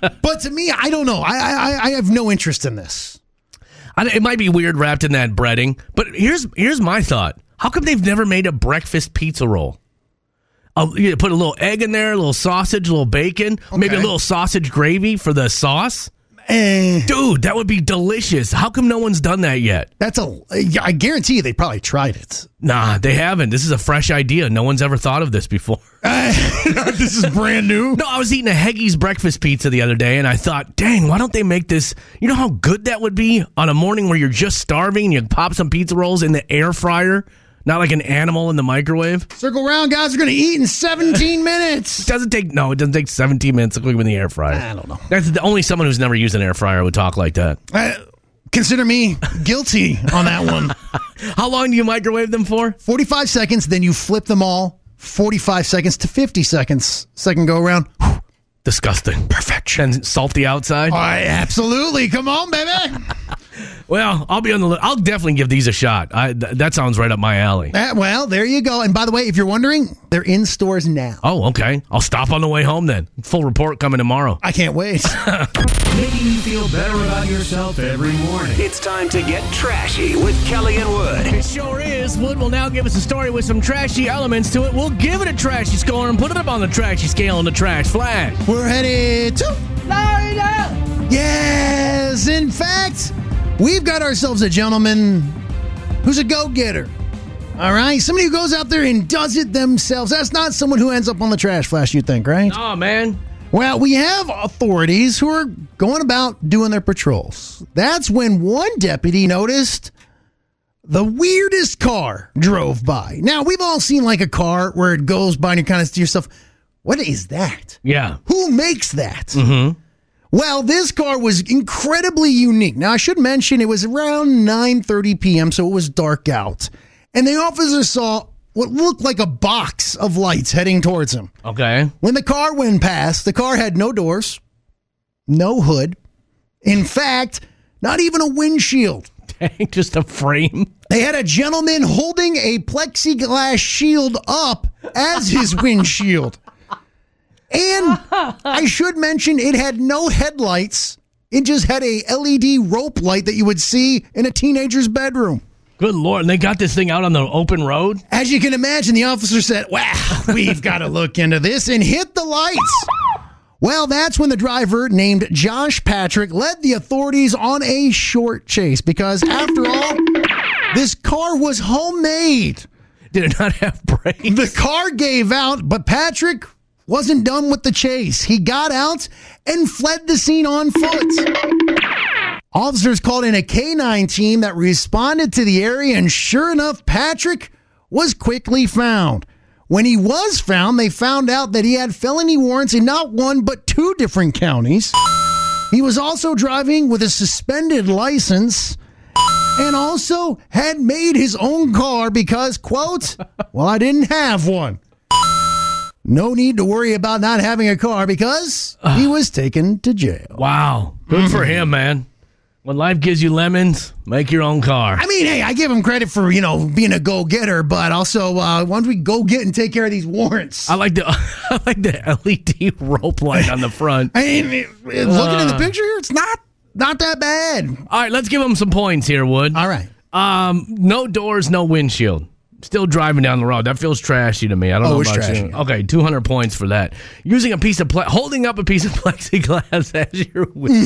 Speaker 2: but to me, I don't know. I, I I have no interest in this.
Speaker 1: I, it might be weird wrapped in that breading, but here's here's my thought. How come they've never made a breakfast pizza roll? Uh, you put a little egg in there, a little sausage, a little bacon, maybe a
Speaker 2: Okay.
Speaker 1: little sausage gravy for the sauce.
Speaker 2: Eh,
Speaker 1: Dude, that would be delicious. How come no one's done that yet?
Speaker 2: that's a. I guarantee you, they probably tried it.
Speaker 1: Nah, they haven't. This is a fresh idea. No one's ever thought of this before.
Speaker 2: this is brand new.
Speaker 1: No, I was eating a Heggie's breakfast pizza the other day, and I thought, dang, why don't they make this? You know how good that would be on a morning where you're just starving and you pop some pizza rolls in the air fryer, not like an animal in the microwave?
Speaker 2: Circle round, guys. We're gonna eat in 17 minutes.
Speaker 1: doesn't take no, it doesn't take 17 minutes to cook them in the air fryer.
Speaker 2: I don't know.
Speaker 1: That's the only someone who's never used an air fryer would talk like that.
Speaker 2: Uh, consider me guilty on that one.
Speaker 1: How long do you microwave them for?
Speaker 2: 45 seconds, then you flip them all. 45 seconds to 50 seconds. Second go around.
Speaker 1: Disgusting. Perfection. And salt the outside.
Speaker 2: All right, absolutely. Come on, baby.
Speaker 1: well, I'll be on the. Li- I'll definitely give these a shot. I, th- that sounds right up my alley.
Speaker 2: Uh, well, there you go. And by the way, if you're wondering, they're in stores now.
Speaker 1: Oh, okay. I'll stop on the way home then. Full report coming tomorrow.
Speaker 2: I can't wait.
Speaker 3: Making you feel better about yourself every morning.
Speaker 5: It's time to get trashy with Kelly and Wood.
Speaker 1: It sure is. Wood will now give us a story with some trashy elements to it. We'll give it a trashy score and put it up on the trashy scale and the trash flag.
Speaker 2: We're headed to Florida. Yes, in fact, we've got ourselves a gentleman who's a go-getter. All right, somebody who goes out there and does it themselves. That's not someone who ends up on the trash flash, you think, right?
Speaker 1: Oh man,
Speaker 2: Well, we have authorities who are going about doing their patrols. That's when one deputy noticed the weirdest car drove by. Now, we've all seen like a car where it goes by and you kind of to yourself, what is that?
Speaker 1: yeah.
Speaker 2: Who makes that? Well, this car was incredibly unique. Now, I should mention it was around 9:30 p.m., so it was dark out, and the officer saw what looked like a box of lights heading towards him.
Speaker 1: Okay.
Speaker 2: When the car went past, the car had no doors, no hood. In fact, not even a windshield.
Speaker 1: Just a frame.
Speaker 2: They had a gentleman holding a plexiglass shield up as his windshield. And I should mention it had no headlights. It just had a LED rope light that you would see in a teenager's bedroom.
Speaker 1: Good lord, and they got this thing out on the open road?
Speaker 2: As you can imagine, the officer said, Wow, we've got to look into this and hit the lights. Well, that's when the driver named Josh Patrick led the authorities on a short chase because, after all, this car was homemade.
Speaker 1: Did it not have brakes?
Speaker 2: The car gave out, but Patrick wasn't done with the chase. He got out and fled the scene on foot. Officers called in a K9 team that responded to the area, and sure enough, Patrick was quickly found. When he was found, they found out that he had felony warrants in not one, but two different counties. He was also driving with a suspended license and also had made his own car because, quote, well, I didn't have one. No need to worry about not having a car because he was taken to jail.
Speaker 1: Wow. Good for him, man. When life gives you lemons, make your own car.
Speaker 2: I mean, hey, I give him credit for, you know, being a go getter, but also, uh, why don't we go get and take care of these warrants?
Speaker 1: I like the I like the LED rope light on the front.
Speaker 2: I mean, it- it- looking at the picture here, it's not not that bad.
Speaker 1: All right, let's give him some points here, Wood.
Speaker 2: All right.
Speaker 1: Um, no doors, no windshield. Still driving down the road. That feels trashy to me. I don't
Speaker 2: Oh,
Speaker 1: know
Speaker 2: it's
Speaker 1: about you.
Speaker 2: trashy.
Speaker 1: Okay, 200 points for that. Using a piece of pla- holding up a piece of plexiglass as your windshield.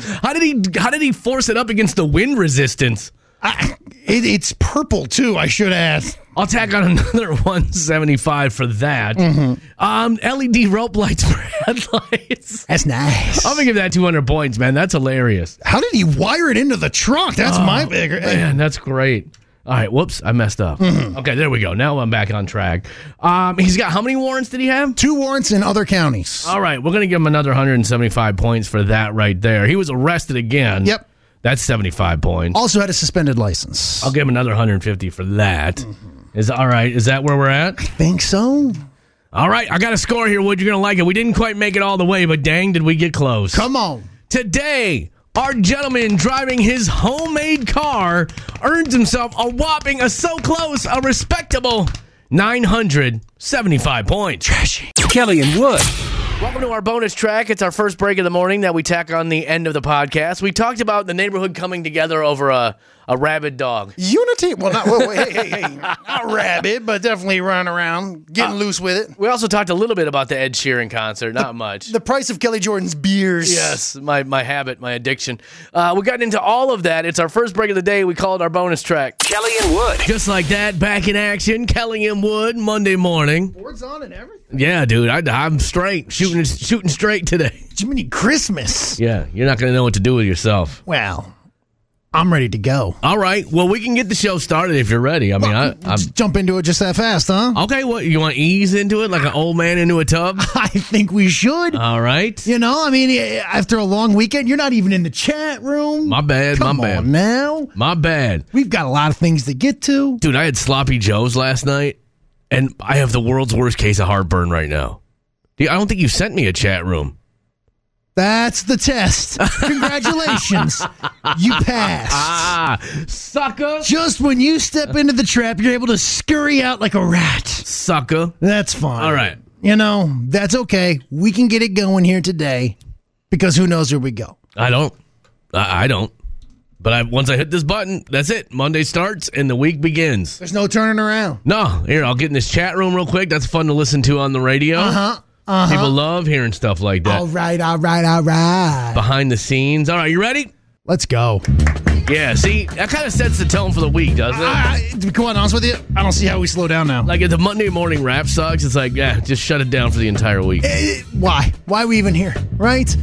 Speaker 2: Mm-hmm.
Speaker 1: How did he how did he force it up against the wind resistance?
Speaker 2: I, it, it's purple, too, I should add.
Speaker 1: I'll tack on another 175 for that.
Speaker 2: Mm-hmm.
Speaker 1: Um, LED rope lights for headlights.
Speaker 2: That's nice.
Speaker 1: I'm gonna give that 200 points, man. That's hilarious.
Speaker 2: How did he wire it into the trunk? That's my eh, bigger.
Speaker 1: Man, that's great. All right, whoops, I messed up.
Speaker 2: Mm-hmm.
Speaker 1: Okay, there we go. Now I'm back on track. Um, he's got how many warrants did he have?
Speaker 2: Two warrants in other counties.
Speaker 1: All right, we're gonna give him another 175 points for that right there. He was arrested again.
Speaker 2: Yep.
Speaker 1: That's 75 points.
Speaker 2: Also had a suspended license.
Speaker 1: I'll give him another 150 for that. Is
Speaker 2: Mm-hmm.
Speaker 1: all right. Is that where we're at?
Speaker 2: think so.
Speaker 1: All right. I got a score here, Wood. You're going to like it. We didn't quite make it all the way, but dang, did we get close.
Speaker 2: Come on.
Speaker 1: Today, our gentleman driving his homemade car earns himself a whopping, a so close, a respectable 975 points.
Speaker 5: Kelly and Wood.
Speaker 1: Welcome to our bonus track. It's our first break of the morning that we tack on the end of the podcast. We talked about the neighborhood coming together over a, a rabid dog.
Speaker 2: Unity. Well, not whoa, whoa, hey, hey, hey, not rabid, but definitely run around, getting loose with it.
Speaker 1: We also talked a little bit about the Ed Sheeran concert. Not much.
Speaker 2: The price of Kelly Jordan's beers.
Speaker 1: Yes, my, my habit, my addiction. Uh, we got into all of that. It's our first break of the day. We called our bonus track.
Speaker 5: Kelly and Wood.
Speaker 1: Just like that, back in action. Kelly and Wood, Monday morning.
Speaker 2: Boards on and everything.
Speaker 1: Yeah, dude, I, I'm straight, shooting shooting straight today.
Speaker 2: Jiminy Christmas.
Speaker 1: Yeah, you're not gonna know what to do with yourself.
Speaker 2: Well, I'm ready to go.
Speaker 1: All right, well, we can get the show started if you're ready. I mean, I, I'm
Speaker 2: Just jump into it just that fast, huh?
Speaker 4: Uh,
Speaker 1: okay. What you want to ease into it like an old man into a oh, tub?
Speaker 2: I think we should.
Speaker 1: All right,
Speaker 2: you know, I mean, eh, after a long weekend, you're not even in the chat room.
Speaker 1: my bad,
Speaker 2: Come
Speaker 1: my
Speaker 2: on
Speaker 1: bad,
Speaker 2: now.
Speaker 1: my bad.
Speaker 2: We've got a lot of things to get to.
Speaker 1: Dude, I had sloppy joes last night, and I have the world's worst case of heartburn right now. Dude, I don't think you sent me a chat room.
Speaker 2: That's the test. Congratulations. you passed.
Speaker 1: Ah, sucker,
Speaker 2: Just when you step into the trap, you're able to scurry out like a rat.
Speaker 1: sucker.
Speaker 2: That's fine.
Speaker 1: All right.
Speaker 2: You know, that's okay. We can get it going here today because who knows where we go.
Speaker 1: I don't. I, I don't. But I, once I hit this button, that's it. Monday starts and the week begins.
Speaker 2: There's no turning around.
Speaker 1: No, here I'll get in this chat room real quick. That's fun to listen to on the radio. Uh huh. Uh-huh. People love hearing stuff like that
Speaker 2: All right, all right, all right.
Speaker 1: behind the scenes. All right, you ready?
Speaker 2: Let's go.
Speaker 1: Yeah. See, that kind of sets the tone for the week, doesn't it?
Speaker 2: I, I- to be quite honest with you, I don't see how we slow down now.
Speaker 1: Like if the Monday morning rap sucks, it's like yeah, just shut it down for the entire week.
Speaker 2: Eh, why? Why are we even here? Right?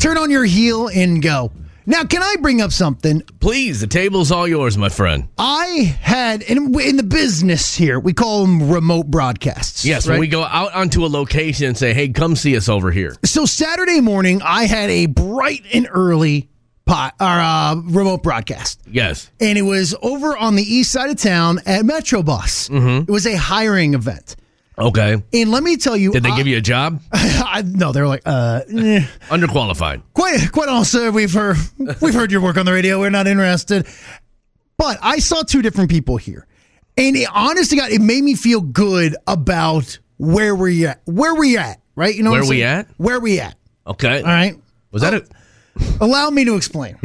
Speaker 2: Turn on your heel and go. Now, can I bring up something?
Speaker 1: Please, the table's all yours, my friend.
Speaker 2: I had in, in the business here, we call them remote broadcasts.
Speaker 1: Yes, when we go out onto a location and say, "Hey, come see us over here."
Speaker 2: So Saturday morning, I had a bright and early pot or uh, remote broadcast.
Speaker 1: Yes.
Speaker 2: and it was over on the east side of town at Metro Bus.
Speaker 1: Mm-hmm.
Speaker 2: It was a hiring event,
Speaker 1: Okay.
Speaker 2: and let me tell you,
Speaker 1: Did they
Speaker 2: I,
Speaker 1: give you a job?
Speaker 2: I, no, they were like, uh, eh.
Speaker 1: Underqualified.
Speaker 2: quite, quite also, we've heard, we've heard your work on the radio. We're not interested. But I saw two different people here, and it, honest to God, it made me feel good about where we at. Where we at, right? You know, what
Speaker 1: Where
Speaker 2: I'm
Speaker 1: we
Speaker 2: saying?
Speaker 1: at?
Speaker 2: Where we at?
Speaker 1: Okay.
Speaker 2: All right.
Speaker 1: Was that it?
Speaker 2: Allow me to explain.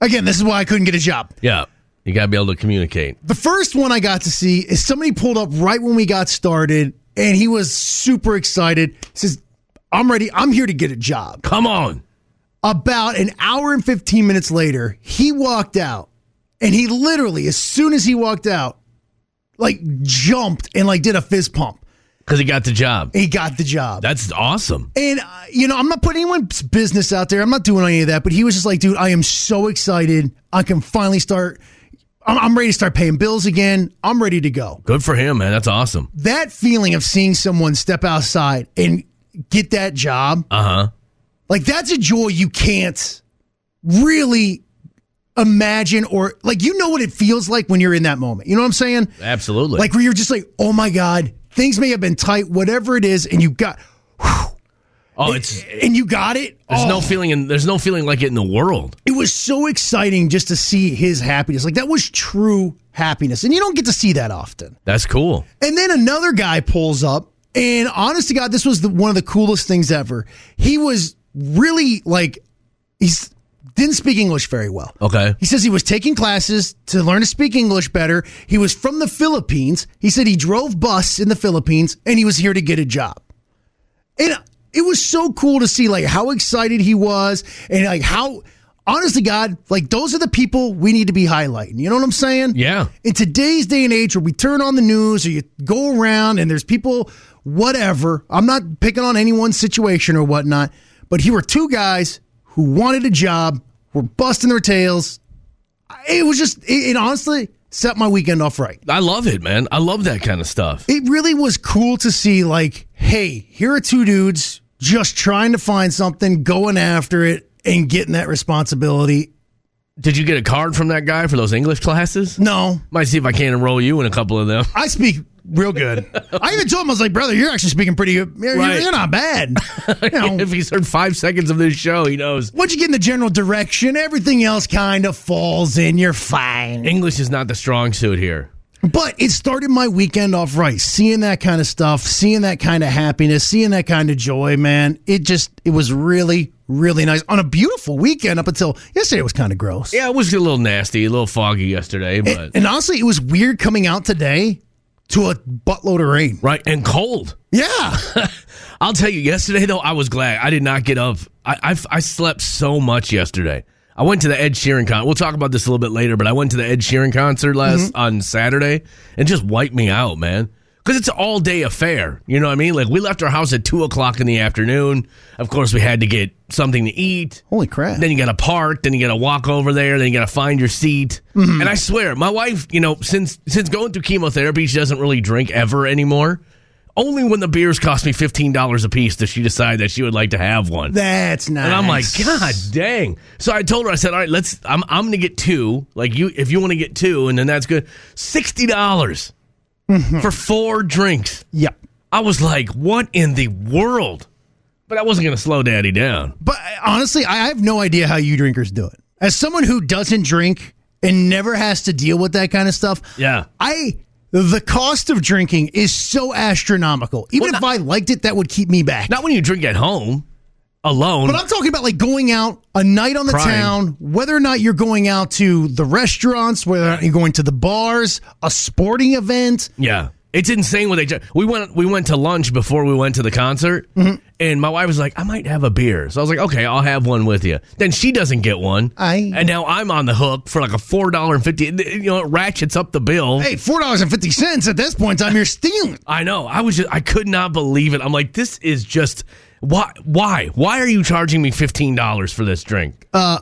Speaker 2: Again, this is why I couldn't get a job.
Speaker 1: Yeah. You got to be able to communicate.
Speaker 2: The first one I got to see is somebody pulled up right when we got started, and he was super excited. He says, I'm ready. I'm here to get a job.
Speaker 1: Come on.
Speaker 2: About an hour and 15 minutes later, he walked out, and he literally, as soon as he walked out, like jumped and like did a fist pump.
Speaker 1: Because he got the job.
Speaker 2: He got the job.
Speaker 1: That's awesome.
Speaker 2: And, uh, you know, I'm not putting anyone's business out there. I'm not doing any of that. But he was just like, dude, I am so excited. I can finally start. I'm, I'm ready to start paying bills again. I'm ready to go.
Speaker 1: Good for him, man. That's awesome.
Speaker 2: That feeling of seeing someone step outside and get that job,
Speaker 1: Uh huh.
Speaker 2: like, that's a joy you can't really imagine or, like, you know what it feels like when you're in that moment. You know what I'm saying?
Speaker 1: Absolutely.
Speaker 2: Like, where you're just like, oh my God, things may have been tight, whatever it is, and you got.
Speaker 1: oh, it's
Speaker 2: And you got it.
Speaker 1: there's
Speaker 2: Oh.
Speaker 1: no feeling in there's no feeling like it in the world.
Speaker 2: it was so exciting just to see his happiness. Like that was true happiness. And you don't get to see that often.
Speaker 1: That's cool.
Speaker 2: And then another guy pulls up, and honest to God, this was the, one of the coolest things ever. He was really like, he's didn't speak English very well.
Speaker 1: Okay.
Speaker 2: He says he was taking classes to learn to speak English better. He was from the Philippines. He said he drove bus in the Philippines and he was here to get a job. And it was so cool to see like how excited he was and like how honest to God, like those are the people we need to be highlighting. You know what I'm saying?
Speaker 1: Yeah.
Speaker 2: In today's day and age where we turn on the news or you go around and there's people whatever. I'm not picking on anyone's situation or whatnot, but here were two guys who wanted a job, were busting their tails. It was just it, it honestly set my weekend off right
Speaker 1: I love it, man. I love that kind of stuff.
Speaker 2: it really was cool to see like hey here are two dudes just trying to find something going after it and getting that responsibility.
Speaker 1: Did you get a card from that guy for those English classes?
Speaker 2: No,
Speaker 1: Might see if I can enroll you in a couple of them.
Speaker 2: I speak real good. I even told him I was like, brother, you're actually speaking pretty good. You're,
Speaker 1: Right.
Speaker 2: you're not bad. You know,
Speaker 1: if he's heard five seconds of this show, he knows
Speaker 2: once you get in the general direction, everything else kind of falls in. You're fine.
Speaker 1: English is not the strong suit here.
Speaker 2: But it started my weekend off right. Seeing that kind of stuff, seeing that kind of happiness, seeing that kind of joy, man. It just it was really really nice on a beautiful weekend up until yesterday was kind of gross.
Speaker 1: Yeah, it was a little nasty, a little foggy yesterday, but
Speaker 2: And, and honestly, it was weird coming out today to a buttload of rain.
Speaker 1: right and cold.
Speaker 2: Yeah.
Speaker 1: I'll tell you, yesterday though, I was glad I did not get up. I, I I slept so much yesterday. I went to the Ed Sheeran concert. We'll talk about this a little bit later, but I went to the Ed Sheeran concert last on Saturday and just wiped me out, man. Because it's an all day affair. You know what I mean? Like, we left our house at 2 o'clock in the afternoon. Of course, we had to get something to eat.
Speaker 2: Holy crap.
Speaker 1: Then you got to park. Then you got to walk over there. Then you got to find your seat. And I swear, my wife, you know, since since going through chemotherapy, she doesn't really drink ever anymore. Only when the beers cost me fifteen dollars a piece does she decide that she would like to have one.
Speaker 2: That's nice.
Speaker 1: And I'm like, God dang. So I told her, I said, all right, let's I'm I'm gonna get two. Like you if you want to get two, and then that's good. Sixty dollars for four drinks.
Speaker 2: Yep.
Speaker 1: I was like, what in the world? But I wasn't gonna slow daddy down.
Speaker 2: But uh, honestly, I I have no idea how you drinkers do it. As someone who doesn't drink and never has to deal with that kind of stuff,
Speaker 1: Yeah.
Speaker 2: I the cost of drinking is so astronomical. Even
Speaker 1: Well,
Speaker 2: if I liked it, that would keep me back.
Speaker 1: Not when you drink at home alone.
Speaker 2: but I'm talking about like going out a night on the
Speaker 1: Prime.
Speaker 2: town, whether or not you're going out to the restaurants, whether or not you're going to the bars, a sporting event.
Speaker 1: yeah. It's insane what they do. We went we went to lunch before we went to the concert, and my wife was like, "I might have a beer." So I was like, "Okay, I'll have one with you." Then she doesn't get one,
Speaker 2: Aye.
Speaker 1: and now I'm on the hook for like a four dollar and fifty. You know, it ratchets up the bill.
Speaker 2: Hey, four dollars and fifty cents at this point in time, you're stealing.
Speaker 1: I know. I was just I could not believe it. I'm like, this is just why why why are you charging me fifteen dollars for this drink?
Speaker 2: Because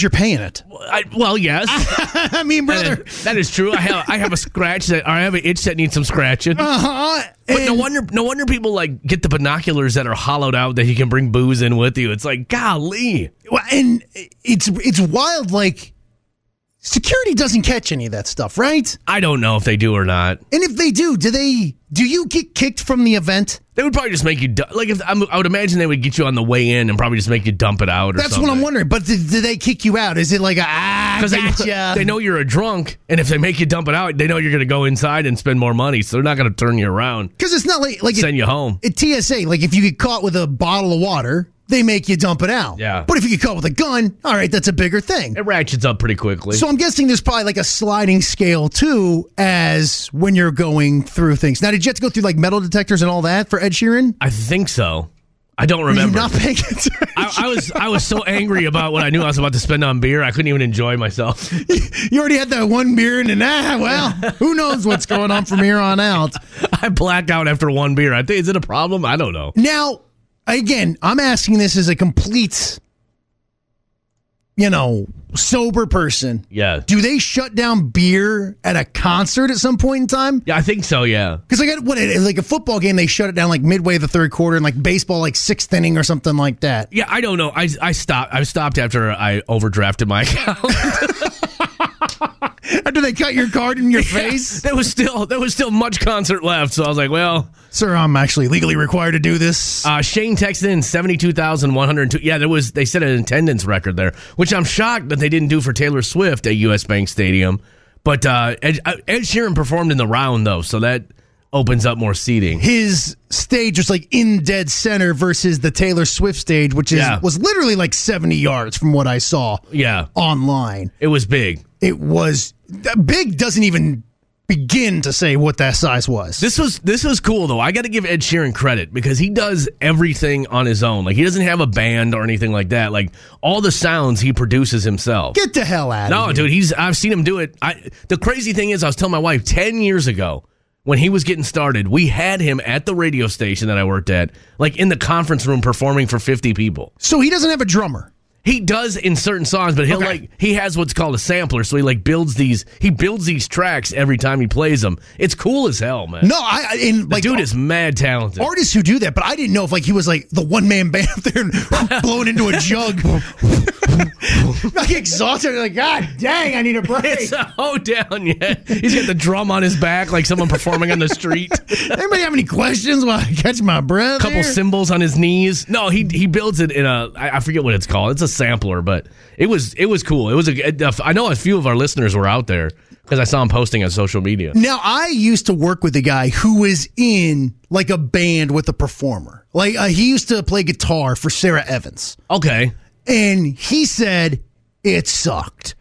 Speaker 2: Uh, you're paying it.
Speaker 1: I, well, yes.
Speaker 2: I mean, brother.
Speaker 1: That is- that is true. I have I have a scratch that or I have an itch that needs some scratching.
Speaker 2: Uh-huh.
Speaker 1: But no
Speaker 2: And-
Speaker 1: wonder no wonder people like get the binoculars that are hollowed out that you can bring booze in with you. It's like golly.
Speaker 2: Well, and it's it's wild. Like security doesn't catch any of that stuff, right?
Speaker 1: I don't know if they do or not.
Speaker 2: And if they do, do they do you get kicked from the event?
Speaker 1: They would probably just make you du- like if I'm, I would imagine they would get you on the way in and probably just make you dump it out. Or
Speaker 2: That's what I'm wondering. But do, do they kick you out? Is it like a, ah?
Speaker 1: Because
Speaker 2: gotcha.
Speaker 1: they, they know you're a drunk, and if they make you dump it out, they know you're going to go inside and spend more money, so they're not going to turn you around,
Speaker 2: because it's not like like
Speaker 1: send
Speaker 2: it,
Speaker 1: you home.
Speaker 2: it TSA. Like if you get caught with a bottle of water, they make you dump it out.
Speaker 1: Yeah.
Speaker 2: But if you get caught with a gun, all right, that's a bigger thing.
Speaker 1: It ratchets up pretty quickly.
Speaker 2: So I'm guessing there's probably like a sliding scale too, as when you're going through things. Now, did you have to go through like metal detectors and all that for Ed Sheeran?
Speaker 1: I think so. I don't
Speaker 2: You're
Speaker 1: remember.
Speaker 2: not paying attention.
Speaker 1: I, I was I was so angry about what I knew I was about to spend on beer. I couldn't even enjoy myself.
Speaker 2: you already had that one beer, and then ah, well, who knows what's going on from here on out.
Speaker 1: I black out after one beer. I think is it a problem? I don't know.
Speaker 2: Now, again, I'm asking this as a complete, you know, sober person.
Speaker 1: Yeah.
Speaker 2: Do they shut down beer at a concert at some point in time?
Speaker 1: Yeah, I think so. Yeah.
Speaker 2: Because like at what like a football game, they shut it down like midway of the third quarter, and like baseball, like sixth inning or something like that.
Speaker 1: Yeah, I don't know. I I stopped. I stopped after I overdrafted my account.
Speaker 2: After they cut your card in your face,
Speaker 1: there was still there was still much concert left, so I was like, well,
Speaker 2: sir, I'm actually legally required to do this.
Speaker 1: uh, Shane texted in seventy two thousand one hundred two. Yeah, there was they set an attendance record there, which I'm shocked that they didn't do for Taylor Swift at U.S. Bank Stadium. But uh, Ed, uh, Ed Sheeran performed in the round though, so that opens up more seating.
Speaker 2: his stage was like in dead center versus the Taylor Swift stage, which is
Speaker 1: Yeah.
Speaker 2: was literally like seventy yards from what I saw
Speaker 1: Yeah,
Speaker 2: online.
Speaker 1: it was big.
Speaker 2: It was that big. Doesn't even begin to say what that size was.
Speaker 1: This was this was cool though. I got to give Ed Sheeran credit because he does everything on his own. Like he doesn't have a band or anything like that. Like all the sounds he produces himself.
Speaker 2: Get the hell out!
Speaker 1: no,
Speaker 2: of
Speaker 1: dude, he's I've seen him do it. I the crazy thing is I was telling my wife 10 years ago when he was getting started, we had him at the radio station that I worked at, like in the conference room performing for 50 people.
Speaker 2: So he doesn't have a drummer.
Speaker 1: He does in certain songs, but he'll like he has what's called a sampler, so he like builds these he builds these tracks every time he plays them. It's cool as hell, man.
Speaker 2: No, I I- in
Speaker 1: the
Speaker 2: like
Speaker 1: dude is mad talented.
Speaker 2: artists who do that, but I didn't know if like he was like the one man band up there and blown into a jug. like exhausted, like God dang, I need a break.
Speaker 1: It's a hoedown, yeah. He's got the drum on his back like someone performing on the street.
Speaker 2: Anybody have any questions while I catch my breath?
Speaker 1: couple
Speaker 2: here?
Speaker 1: cymbals on his knees. No, he he builds it in a I I forget what it's called. It's a sampler, but it was it was cool. It was a I know a few of our listeners were out there because I saw him posting on social media.
Speaker 2: Now, I used to work with a guy who was in like a band with a performer. Like uh, he used to play guitar for Sarah Evans,
Speaker 1: Okay,
Speaker 2: and he said it sucked.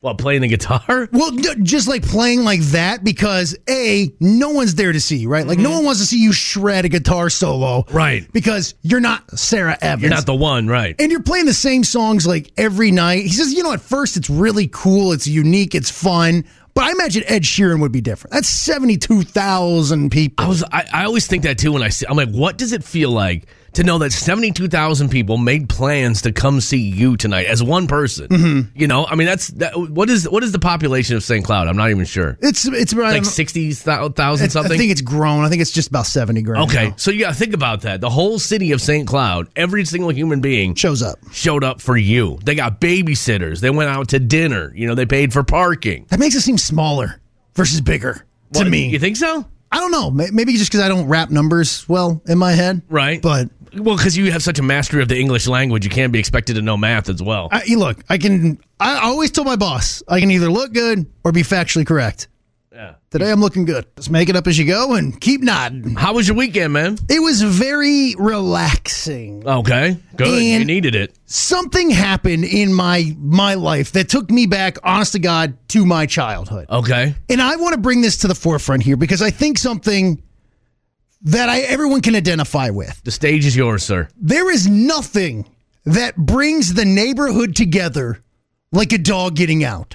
Speaker 1: well, playing the guitar.
Speaker 2: Well, d- just like playing like that because a no one's there to see you, right? Like no one wants to see you shred a guitar solo,
Speaker 1: Mm-hmm. Right.
Speaker 2: Because you're not Sarah Evans.
Speaker 1: You're not the one, right?
Speaker 2: and you're playing the same songs like every night. He says, you know, at first it's really cool, it's unique, it's fun, but I imagine Ed Sheeran would be different. That's seventy two thousand people.
Speaker 1: I was I, I always think that too when I see I'm like, what does it feel like to know that seventy two thousand people made plans to come see you tonight as one person?
Speaker 2: Mm-hmm.
Speaker 1: You know, I mean that's that, what is what is the population of St. Cloud? I'm not even sure.
Speaker 2: It's it's
Speaker 1: Like sixty thousand something.
Speaker 2: I think Um, it's grown. I think it's just about seventy grand.
Speaker 1: Okay,
Speaker 2: now.
Speaker 1: so you got to think about that. The whole city of St. Cloud, every single human being
Speaker 2: shows up.
Speaker 1: showed up for you. They got babysitters. They went out to dinner. You know, they paid for parking.
Speaker 2: That makes it seem smaller versus bigger to
Speaker 1: What,
Speaker 2: me.
Speaker 1: you think so?
Speaker 2: I don't know. May- Maybe just because I don't wrap numbers well in my head,
Speaker 1: Right.
Speaker 2: But
Speaker 1: Well, because you have such a mastery of the English language, you can't be expected to know math as well.
Speaker 2: I, you look, I can. I always tell my boss I can either look good or be factually correct. Yeah. Today I'm looking good. Just make it up as you go and keep nodding.
Speaker 1: How was your weekend, man?
Speaker 2: It was very relaxing.
Speaker 1: Okay, good. you
Speaker 2: And-
Speaker 1: needed it.
Speaker 2: Something happened in my my life that took me back, honest to God, to my childhood.
Speaker 1: Okay,
Speaker 2: And I want to bring this to the forefront here because I think something that I everyone can identify with.
Speaker 1: the stage is yours, sir.
Speaker 2: There is nothing that brings the neighborhood together like a dog getting out.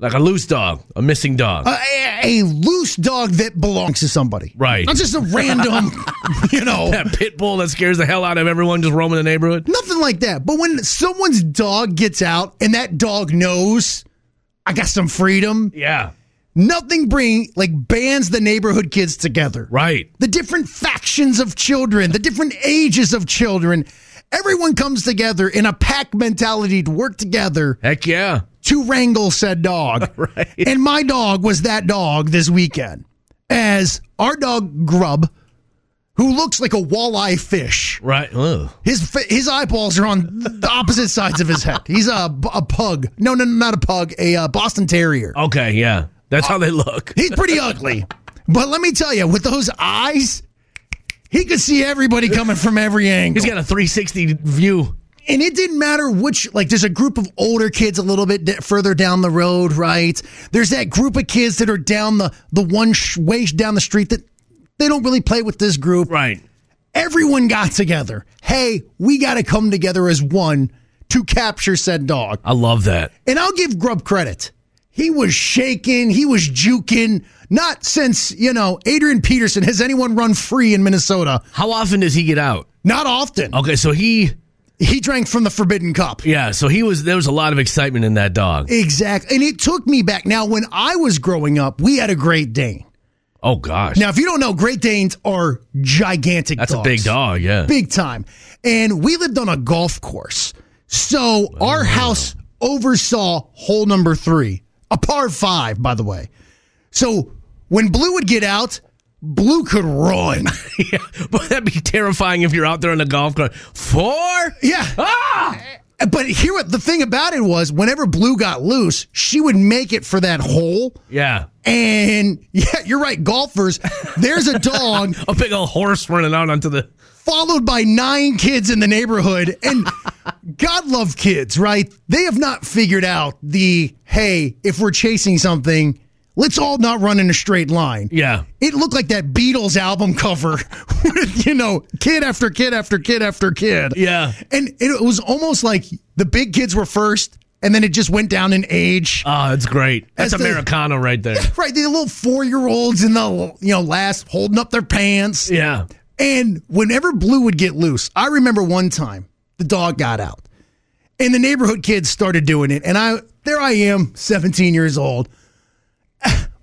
Speaker 1: Like a loose dog, a missing dog.
Speaker 2: A, a- a loose dog that belongs to somebody.
Speaker 1: Right.
Speaker 2: Not just a random, you know,
Speaker 1: that pit bull that scares the hell out of everyone just roaming the neighborhood.
Speaker 2: nothing like that. But when someone's dog gets out and that dog knows I got some freedom,
Speaker 1: Yeah,
Speaker 2: nothing bring like bands the neighborhood kids together.
Speaker 1: right.
Speaker 2: the different factions of children, the different ages of children. Everyone comes together in a pack mentality to work together
Speaker 1: Heck yeah.
Speaker 2: to wrangle said dog.
Speaker 1: Right.
Speaker 2: And my dog was that dog this weekend, as our dog Grub, who looks like a walleye fish.
Speaker 1: Right. Ugh.
Speaker 2: His fa- his eyeballs are on the opposite sides of his head. He's a, a pug. No, no, no, not a pug. A uh, Boston Terrier.
Speaker 1: Okay, yeah. That's how they look.
Speaker 2: He's pretty ugly. But let me tell you, with those eyes, he could see everybody coming from every angle.
Speaker 1: He's got a 360 view.
Speaker 2: and it didn't matter which, like, there's a group of older kids a little bit d- further down the road, right? There's that group of kids that are down the, the one sh- way down the street that they don't really play with this group.
Speaker 1: Right.
Speaker 2: Everyone got together. Hey, we got to come together as one to capture said dog.
Speaker 1: I love that.
Speaker 2: And I'll give Grubb credit. He was shaking. He was juking. Not since, you know, Adrian Peterson has anyone run free in Minnesota.
Speaker 1: How often does he get out?
Speaker 2: Not often.
Speaker 1: Okay, so he
Speaker 2: He drank from the Forbidden Cup.
Speaker 1: yeah, so he was there was a lot of excitement in that dog.
Speaker 2: Exactly. And it took me back. Now, when I was growing up, we had a Great Dane.
Speaker 1: Oh gosh.
Speaker 2: Now, if you don't know, Great Danes are gigantic
Speaker 1: That's a
Speaker 2: dogs.
Speaker 1: big dog, yeah.
Speaker 2: Big time. And we lived on a golf course. So our house oversaw hole number three, a par five, by the way. So when Blue would get out, Blue could run.
Speaker 1: yeah. But that'd be terrifying if you're out there on the golf course. Four?
Speaker 2: yeah.
Speaker 1: Ah!
Speaker 2: But here, what the thing about it was, whenever Blue got loose, she would make it for that hole.
Speaker 1: Yeah.
Speaker 2: And yeah, you're right, golfers, there's a dog
Speaker 1: A big old horse running out onto the
Speaker 2: followed by nine kids in the neighborhood. And God love kids, right? They have not figured out the hey, if we're chasing something, let's all not run in a straight line.
Speaker 1: Yeah.
Speaker 2: It looked like that Beatles album cover with, you know, kid after kid after kid after kid.
Speaker 1: Yeah.
Speaker 2: And it was almost like the big kids were first and then it just went down in age.
Speaker 1: Oh, that's great. That's
Speaker 2: That's the-
Speaker 1: Americana right there.
Speaker 2: Right, the little four-year-olds in the you know last holding up their pants.
Speaker 1: Yeah.
Speaker 2: And whenever Blue would get loose, I remember one time the dog got out And the neighborhood kids started doing it. And I there I am, 17 years old.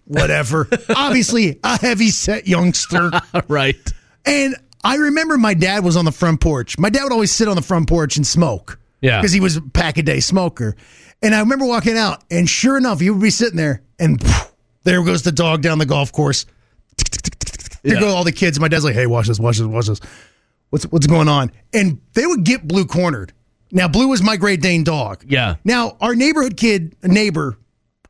Speaker 2: Whatever. Obviously, a heavy set youngster.
Speaker 1: right.
Speaker 2: And I remember my dad was on the front porch. My dad would always sit on the front porch and smoke.
Speaker 1: Yeah.
Speaker 2: Because he was a pack a day smoker. And I remember walking out, and sure enough, he would be sitting there, and there goes the dog down the golf course. There go all the kids. My dad's like, hey, watch this, watch this, watch this. What's what's going on? And they would get blue cornered. Now, blue was my Great Dane dog.
Speaker 1: Yeah.
Speaker 2: Now, our neighborhood kid, neighbor,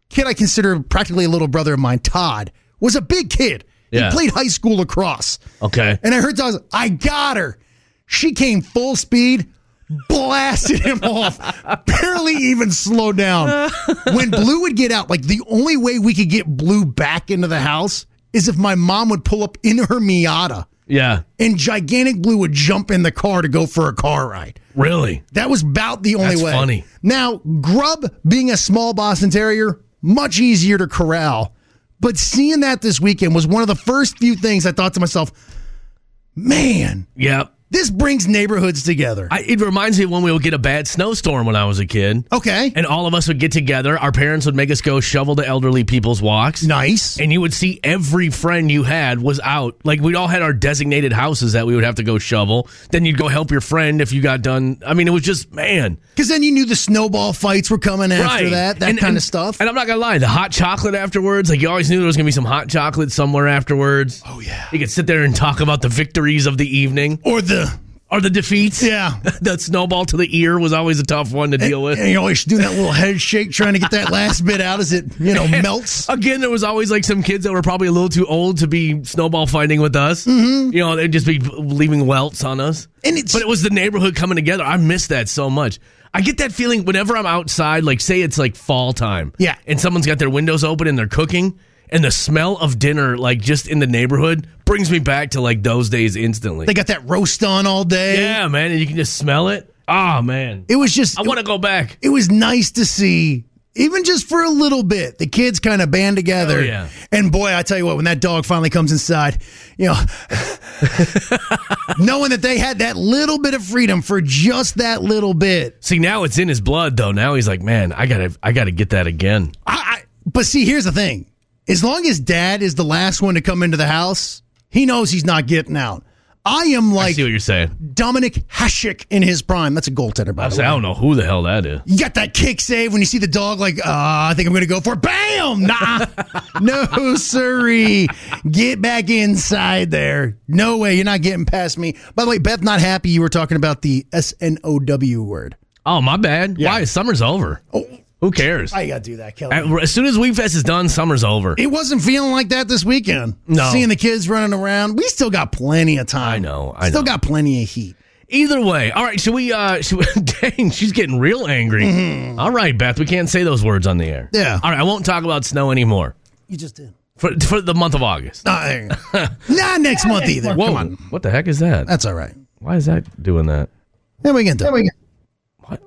Speaker 2: kid I consider practically a little brother of mine, Todd, was a big kid.
Speaker 1: Yeah.
Speaker 2: He played high school lacrosse.
Speaker 1: Okay.
Speaker 2: And I heard dogs. I got her. She came full speed, blasted him off, barely even slowed down. When Blue would get out, like the only way we could get Blue back into the house is if my mom would pull up in her Miata
Speaker 1: Yeah.
Speaker 2: and gigantic Blue would jump in the car to go for a car ride.
Speaker 1: Really?
Speaker 2: That was about the only
Speaker 1: That's
Speaker 2: way.
Speaker 1: funny.
Speaker 2: Now, Grub being a small Boston Terrier, much easier to corral. But seeing that this weekend was one of the first few things I thought to myself, man,
Speaker 1: Yeah.
Speaker 2: this brings neighborhoods together.
Speaker 1: I, it reminds me of when we would get a bad snowstorm when I was a kid.
Speaker 2: okay.
Speaker 1: And all of us would get together. Our parents would make us go shovel the elderly people's walks.
Speaker 2: nice.
Speaker 1: And you would see every friend you had was out. Like we'd all had our designated houses that we would have to go shovel. Then you'd go help your friend if you got done. I mean, it was just man.
Speaker 2: Because then you knew the snowball fights were coming after
Speaker 1: Right.
Speaker 2: that, that
Speaker 1: And-
Speaker 2: kind
Speaker 1: and-
Speaker 2: of stuff.
Speaker 1: And I'm not gonna lie, the hot chocolate afterwards, like you always knew there was gonna be some hot chocolate somewhere afterwards. Oh yeah. You could sit there and talk about the victories of the evening
Speaker 2: or the,
Speaker 1: or the defeats.
Speaker 2: yeah.
Speaker 1: the snowball to the ear was always a tough one to deal with.
Speaker 2: And you always do that little head shake trying to get that last bit out as it, you know, melts.
Speaker 1: Again, there was always like some kids that were probably a little too old to be snowball fighting with us.
Speaker 2: Mm-hmm.
Speaker 1: You know, they'd just be leaving welts on us.
Speaker 2: And it's-
Speaker 1: but it was the neighborhood coming together. I miss that so much. I get that feeling whenever I'm outside, like say it's like fall time.
Speaker 2: Yeah.
Speaker 1: And someone's got their windows open and they're cooking. And the smell of dinner, like just in the neighborhood, brings me back to like those days instantly.
Speaker 2: They got that roast on all day.
Speaker 1: yeah, man. And you can just smell it. Oh, man.
Speaker 2: It was just
Speaker 1: I want to go back.
Speaker 2: it was nice to see even just for a little bit the kids kind of band together
Speaker 1: Oh, yeah.
Speaker 2: and boy i tell you what when that dog finally comes inside you know knowing that they had that little bit of freedom for just that little bit
Speaker 1: See, now it's in his blood, though. Now he's like, man, I gotta, I gotta get that again.
Speaker 2: I, I but see here's the thing as long as dad is the last one to come into the house he knows he's not getting out i am
Speaker 1: I
Speaker 2: like
Speaker 1: see what you're saying.
Speaker 2: dominic hashik in his prime that's a goaltender by
Speaker 1: I,
Speaker 2: the
Speaker 1: say,
Speaker 2: way
Speaker 1: I don't know who the hell that is.
Speaker 2: you got that kick save when you see the dog like, uh, I think I'm gonna go for it. Bam! Nah. no, sorry. Get back inside there. No way, you're not getting past me. By the way, Beth not happy you were talking about the S N O W word.
Speaker 1: Oh, my bad. Why? Summer's over.
Speaker 2: Oh
Speaker 1: Who cares?
Speaker 2: I gotta do that, Kelly.
Speaker 1: At- as soon as Weed Fest is done, summer's over.
Speaker 2: it wasn't feeling like that this weekend.
Speaker 1: No.
Speaker 2: Seeing the kids running around. We still got plenty of time.
Speaker 1: I know, I
Speaker 2: still
Speaker 1: know.
Speaker 2: got plenty of heat.
Speaker 1: Either way, all right. Should we? uh should we, Dang, she's getting real angry. All right, Beth, we can't say those words on the air.
Speaker 2: Mm-hmm. Yeah.
Speaker 1: All right, I won't talk about snow anymore
Speaker 2: You just did.
Speaker 1: for for the month of August.
Speaker 2: Nah, there you go. not next month either.
Speaker 1: Whoa,
Speaker 2: Come on. Uh,
Speaker 1: what the heck is that?
Speaker 2: That's all right.
Speaker 1: Why is that doing that?
Speaker 2: Then we can do it.
Speaker 1: What?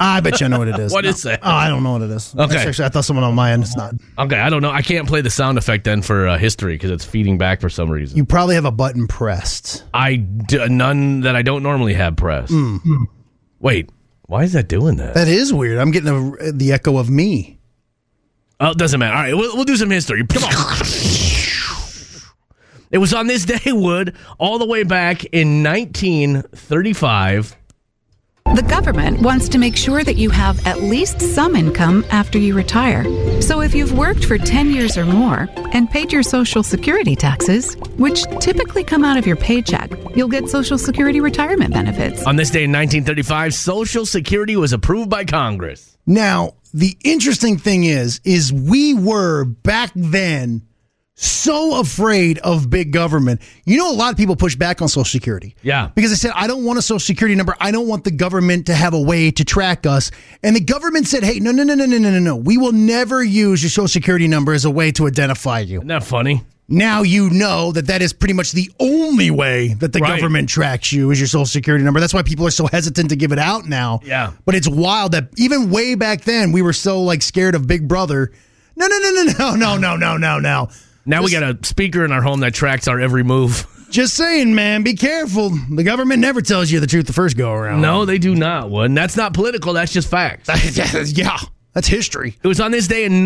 Speaker 2: I bet you I know what it is.
Speaker 1: What
Speaker 2: What is
Speaker 1: is that?
Speaker 2: Oh, I don't know what it is.
Speaker 1: Okay.
Speaker 2: Actually, I thought someone on my end. It's not.
Speaker 1: Okay, I don't know. I can't play the sound effect then for uh, history because it's feeding back for some reason.
Speaker 2: You probably have a button pressed.
Speaker 1: I d- none that I don't normally have pressed.
Speaker 2: Mm.
Speaker 1: Wait, why is that doing that?
Speaker 2: That is weird. I'm getting a, the echo of me.
Speaker 1: Oh, it doesn't matter. All right, we'll, we'll do some history. Come on. It was on this day, Wood, all the way back in 1935.
Speaker 10: The government wants to make sure that you have at least some income after you retire. So if you've worked for 10 years or more and paid your Social Security taxes, which typically come out of your paycheck, you'll get Social Security retirement benefits.
Speaker 1: On this day in 1935, Social Security was approved by Congress.
Speaker 2: Now, the interesting thing is, is we were back then so afraid of big government. You know, a lot of people push back on Social Security.
Speaker 1: Yeah.
Speaker 2: Because they said, I don't want a Social Security number. I don't want the government to have a way to track us. And the government said, hey, no, no, no, no, no, no, no, no. We will never use your Social Security number as a way to identify you.
Speaker 1: Isn't that funny?
Speaker 2: now you know that that is pretty much the only way that the
Speaker 1: Right.
Speaker 2: government tracks you is your social security number. That's why people are so hesitant to give it out now.
Speaker 1: Yeah.
Speaker 2: But it's wild that even way back then we were so like scared of Big Brother. No, no, no, no, no, no, no, no, no, no.
Speaker 1: Now we got a speaker in our home that tracks our every move.
Speaker 2: Just saying, man, be careful. The government never tells you the truth the first go around.
Speaker 1: No, they do not. One. That's not political. That's just facts.
Speaker 2: yeah, that's history.
Speaker 1: It was on this day in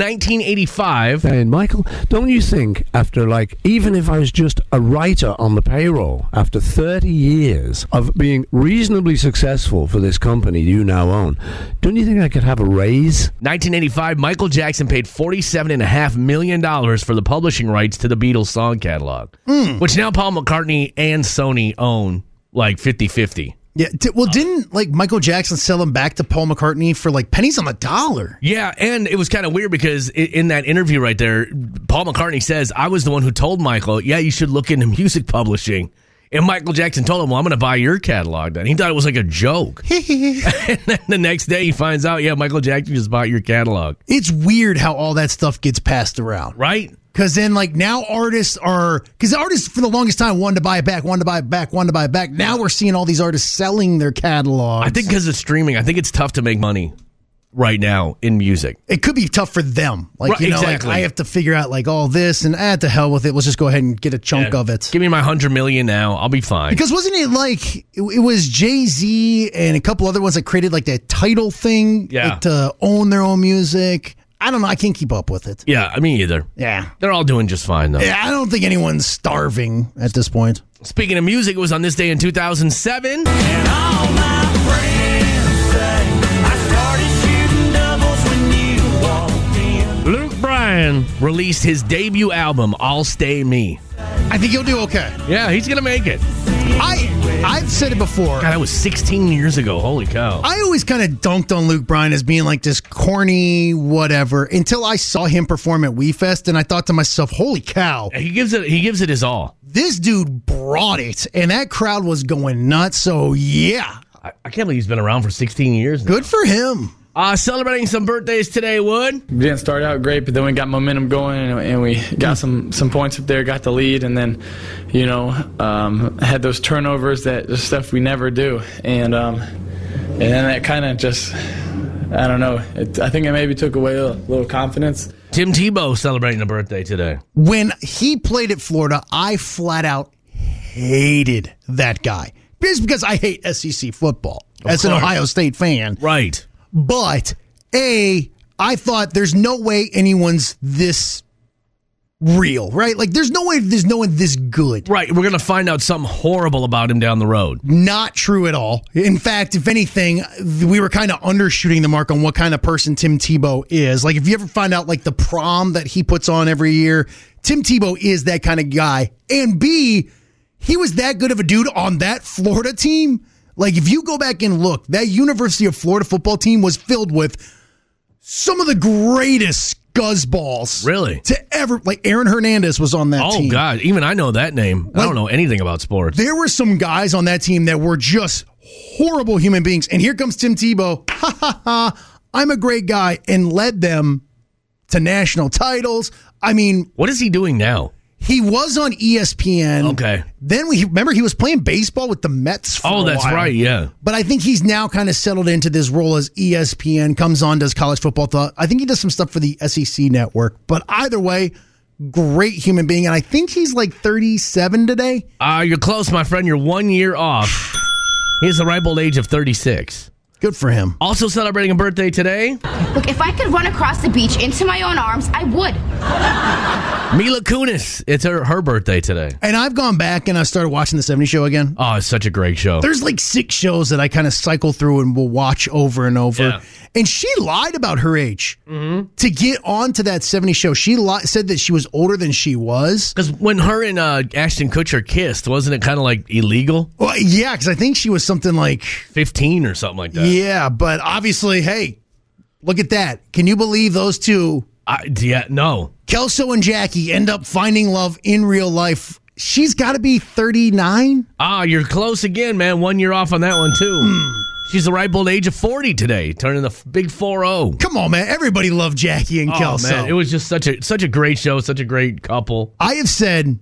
Speaker 1: 1985.
Speaker 11: And Michael, don't you think after like even if I was just a writer on the payroll after 30 years of being reasonably successful for this company you now own, don't you think I could have a raise?
Speaker 1: 1985, Michael Jackson paid $47.5 million for the publishing rights to the Beatles song catalog, which now Paul McCartney and Sony own like 50 50.
Speaker 2: Yeah. Di- well, didn't like Michael Jackson sell them back to Paul McCartney for like pennies on the dollar?
Speaker 1: Yeah, and it was kind of weird because i- in that interview right there, Paul McCartney says, I was the one who told Michael, yeah, you should look into music publishing. And Michael Jackson told him, Well, I'm going to buy your catalog then. He thought it was like a joke. and then the next day he finds out, Yeah, Michael Jackson just bought your catalog.
Speaker 2: It's weird how all that stuff gets passed around.
Speaker 1: Right?
Speaker 2: Because then, like, now artists are, because artists for the longest time wanted to buy it back, wanted to buy it back, wanted to buy it back. Now we're seeing all these artists selling their catalogs.
Speaker 1: I think because of streaming, I think it's tough to make money right now in music.
Speaker 2: it could be tough for them. Like,
Speaker 1: Right,
Speaker 2: you know,
Speaker 1: exactly.
Speaker 2: like, I have to figure out, like, all this and ah, to hell with it. Let's just go ahead and get a chunk of it.
Speaker 1: Give me my 100 million now. I'll be fine.
Speaker 2: Because wasn't it like it, it was Jay Z and a couple other ones that created like that title thing
Speaker 1: Yeah.
Speaker 2: like, to own their own music? I don't know. I can't keep up with it.
Speaker 1: yeah, I mean, either.
Speaker 2: Yeah.
Speaker 1: They're all doing just fine, though.
Speaker 2: Yeah, I don't think anyone's starving at this point.
Speaker 1: Speaking of music, it was on this day in 2007. Luke Bryan released his debut album, I'll Stay Me.
Speaker 2: I think you'll do okay.
Speaker 1: Yeah, he's going to make it.
Speaker 2: I I've said it before.
Speaker 1: God, that was 16 years ago. Holy cow.
Speaker 2: I always kind of dunked on Luke Bryan as being like this corny whatever until I saw him perform at WeFest and I thought to myself, holy cow,
Speaker 1: He gives it he gives it his all.
Speaker 2: this dude brought it. And that crowd was going nuts. So, yeah,
Speaker 1: I, I can't believe he's been around for 16 years. now.
Speaker 2: good for him.
Speaker 1: Uh, celebrating some birthdays today, Wood.
Speaker 12: We didn't start out great, but then we got momentum going and, and we got some, some points up there, got the lead, and then, you know, um, had those turnovers that the stuff we never do, and um, and then that kind of just, I don't know, it, I think it maybe took away a little confidence.
Speaker 1: Tim Tebow celebrating a birthday today.
Speaker 2: when he played at Florida, I flat out hated that guy. Just because I hate SEC football as an
Speaker 1: course.
Speaker 2: Ohio State fan.
Speaker 1: Right.
Speaker 2: But A, I thought there's no way anyone's this real, right? Like there's no way there's no one this good.
Speaker 1: Right. We're going to find out something horrible about him down the road.
Speaker 2: Not true at all. In fact, if anything, we were kind of undershooting the mark on what kind of person Tim Tebow is. Like, if you ever find out, like, the prom that he puts on every year, Tim Tebow is that kind of guy. And B, he was that good of a dude on that Florida team. Like, if you go back and look, that University of Florida football team was filled with some of the greatest guzzballs.
Speaker 1: Really?
Speaker 2: To ever, like, Aaron Hernandez was on that
Speaker 1: Oh,
Speaker 2: team.
Speaker 1: God. Even I know that name. I don't know anything about sports.
Speaker 2: There were some guys on that team that were just horrible human beings. And here comes Tim Tebow. Ha ha ha. I'm a great guy and led them to national titles. I mean,
Speaker 1: What is he doing now?
Speaker 2: he was on E ESPN.
Speaker 1: Okay.
Speaker 2: Then we remember he was playing baseball with the Mets for
Speaker 1: Oh,
Speaker 2: a
Speaker 1: that's
Speaker 2: while.
Speaker 1: right. Yeah.
Speaker 2: But I think he's now kind of settled into this role as E ESPN comes on, does college football. Th- I think he does some stuff for the SEC network. But either way, great human being. And I think he's like 37 today.
Speaker 1: Uh, you're close, my friend. You're one year off. He is the ripe old age of 36.
Speaker 2: Good for him.
Speaker 1: Also celebrating a birthday today,
Speaker 13: Look, if I could run across the beach into my own arms, I would.
Speaker 1: Mila Kunis. It's her, her birthday today.
Speaker 2: And I've gone back and I started watching the 70 show again.
Speaker 1: Oh, it's such a great show.
Speaker 2: There's like six shows that I kind of cycle through and will watch over and over.
Speaker 1: Yeah. Mm-hmm.
Speaker 2: And she lied about her age to get onto that 70 show. She li- said that she was older than she was.
Speaker 1: Because when her and uh, Ashton Kutcher kissed, wasn't it kind of like illegal?
Speaker 2: Well, yeah, because I think she was something like,
Speaker 1: 15 or something like that.
Speaker 2: yeah, but obviously, hey, look at that. Can you believe those two,
Speaker 1: I, yeah, no.
Speaker 2: Kelso and Jackie, end up finding love in real life? She's got to be 39.
Speaker 1: Ah, you're close again, man. One year off on that one, too. She's the ripe old age of 40 today, turning the f- big oh. 4 0.
Speaker 2: Come on, man. Everybody loved Jackie and
Speaker 1: Oh,
Speaker 2: Kelso.
Speaker 1: man. It was just such a such a great show, such a great couple.
Speaker 2: I have said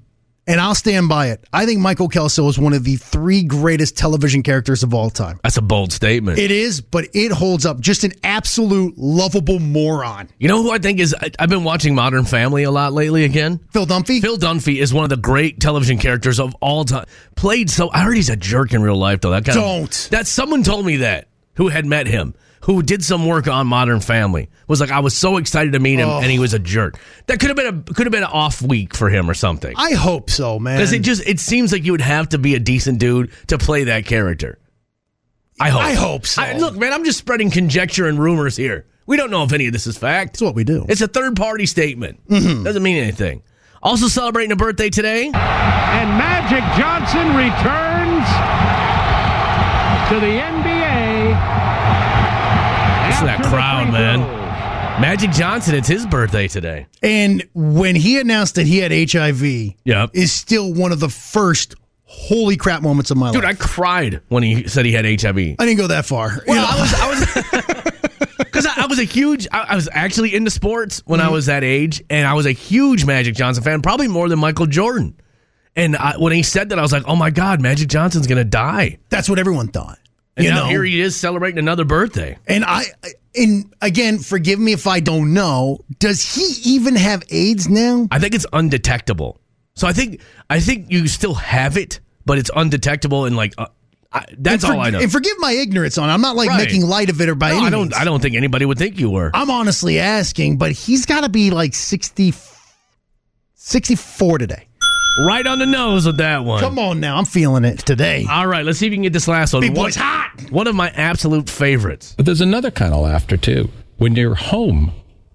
Speaker 2: and I'll stand by it. I think Michael Kelso is one of the three greatest television characters of all time.
Speaker 1: That's a bold statement.
Speaker 2: It is, but it holds up. Just an absolute lovable moron.
Speaker 1: You know who I think is? I, I've been watching Modern Family a lot lately again.
Speaker 2: Phil Dunphy.
Speaker 1: Phil Dunphy is one of the great television characters of all time. Played so. I heard he's a jerk in real life though. That kind
Speaker 2: Don't.
Speaker 1: Of, that someone told me that who had met him, who did some work on Modern Family, was like I was so excited to meet him,
Speaker 2: Oh.
Speaker 1: and he was a jerk. That could have been a could have been an off week for him or something.
Speaker 2: I hope so, man.
Speaker 1: Because it just it seems like you would have to be a decent dude to play that character. I hope.
Speaker 2: I hope so.
Speaker 1: look, man, I'm just spreading conjecture and rumors here. We don't know if any of this is fact. It's
Speaker 2: what we do.
Speaker 1: It's a third party statement.
Speaker 2: Mm-hmm.
Speaker 1: Doesn't mean anything. Also celebrating a birthday today.
Speaker 14: And Magic Johnson returns to the NBA.
Speaker 1: Listen to that crowd, man. Magic Johnson, it's his birthday today.
Speaker 2: and when he announced that he had HIV,
Speaker 1: Yep.
Speaker 2: is still one of the first holy crap moments of my
Speaker 1: Dude,
Speaker 2: life.
Speaker 1: I cried when he said he had HIV.
Speaker 2: I didn't go that far. you know?
Speaker 1: Because I, I was a huge, I, I was actually into sports when
Speaker 2: Mm-hmm.
Speaker 1: I was that age, and I was a huge Magic Johnson fan, probably more than Michael Jordan. And I, when he said that, I was like, oh my God, Magic Johnson's going to die.
Speaker 2: That's what everyone thought.
Speaker 1: And
Speaker 2: you
Speaker 1: now
Speaker 2: know,
Speaker 1: here he is celebrating another birthday.
Speaker 2: and I, and again, forgive me if I don't know. Does he even have AIDS now?
Speaker 1: I think it's undetectable. So I think I think you still have it, but it's undetectable and like uh, I, that's
Speaker 2: And
Speaker 1: all I
Speaker 2: for-
Speaker 1: know.
Speaker 2: And forgive my ignorance on. it. I'm not like
Speaker 1: Right.
Speaker 2: making light of it or by
Speaker 1: No,
Speaker 2: any
Speaker 1: I don't.
Speaker 2: means.
Speaker 1: I don't think anybody would think you were.
Speaker 2: I'm honestly asking, but he's got to be like 60, 64 today.
Speaker 1: Right on the nose with that one.
Speaker 2: Come on now, I'm feeling it today.
Speaker 1: All right, let's see if you can get this last one.
Speaker 2: Big
Speaker 1: One-
Speaker 2: boy's hot.
Speaker 1: One of my absolute favorites.
Speaker 15: But there's another kind of laughter too. When you're home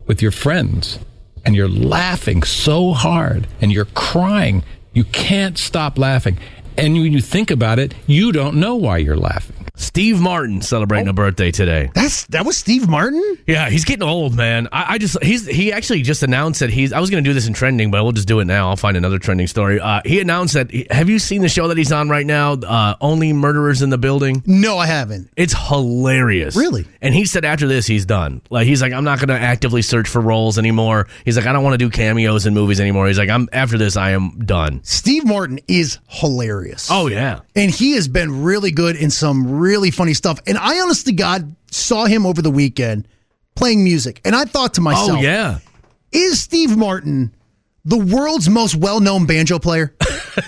Speaker 15: with your friends and you're laughing so hard and you're crying, you can't stop laughing. And when you think about it, you don't know why you're laughing.
Speaker 1: Steve Martin
Speaker 2: Oh.
Speaker 1: celebrating a birthday today.
Speaker 2: That's that was Steve Martin.
Speaker 1: Yeah, he's getting old, man. I, I just he's he actually just announced that he's. I was going to do this in trending, but we'll just do it now. I'll find another trending story. Uh, he announced that. Have you seen the show that he's on right now? Uh, Only murderers in the building.
Speaker 2: No, I haven't.
Speaker 1: It's hilarious.
Speaker 2: Really?
Speaker 1: And he said after this, he's done. Like he's like, I'm not going to actively search for roles anymore. He's like, I don't want to do cameos in movies anymore. He's like, I'm after this, I am done.
Speaker 2: Steve Martin is hilarious.
Speaker 1: Oh yeah.
Speaker 2: And he has been really good in some really funny stuff. And I honestly, God, saw him over the weekend playing music. And I thought to myself,
Speaker 1: Oh yeah.
Speaker 2: is Steve Martin the world's most well known banjo player?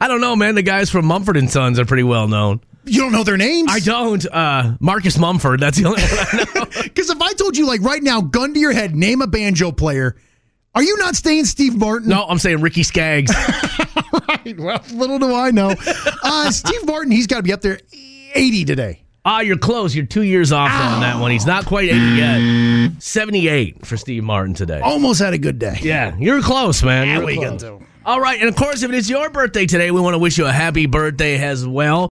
Speaker 1: I don't know, man. The guys from Mumford and Sons are pretty well known.
Speaker 2: You don't know their names?
Speaker 1: I don't. Uh, Marcus Mumford. That's the only one I know.
Speaker 2: Because if I told you, like, right now, gun to your head, name a banjo player, are you not staying Steve Martin?
Speaker 1: No, Oh, I'm saying Ricky Skaggs.
Speaker 2: Right. Well, little do I know. Uh, Steve Martin, he's got to be up there 80 today.
Speaker 1: Ah, you're close. You're two years off on that one. He's not quite 80 yet. 78 for Steve Martin today.
Speaker 2: Almost had a good day.
Speaker 1: Yeah, you're close, man.
Speaker 2: Yeah,
Speaker 1: You're
Speaker 2: what are you
Speaker 1: close.
Speaker 2: gonna do?
Speaker 1: All right, and of course, if it is your birthday today, we want to wish you a happy birthday as well.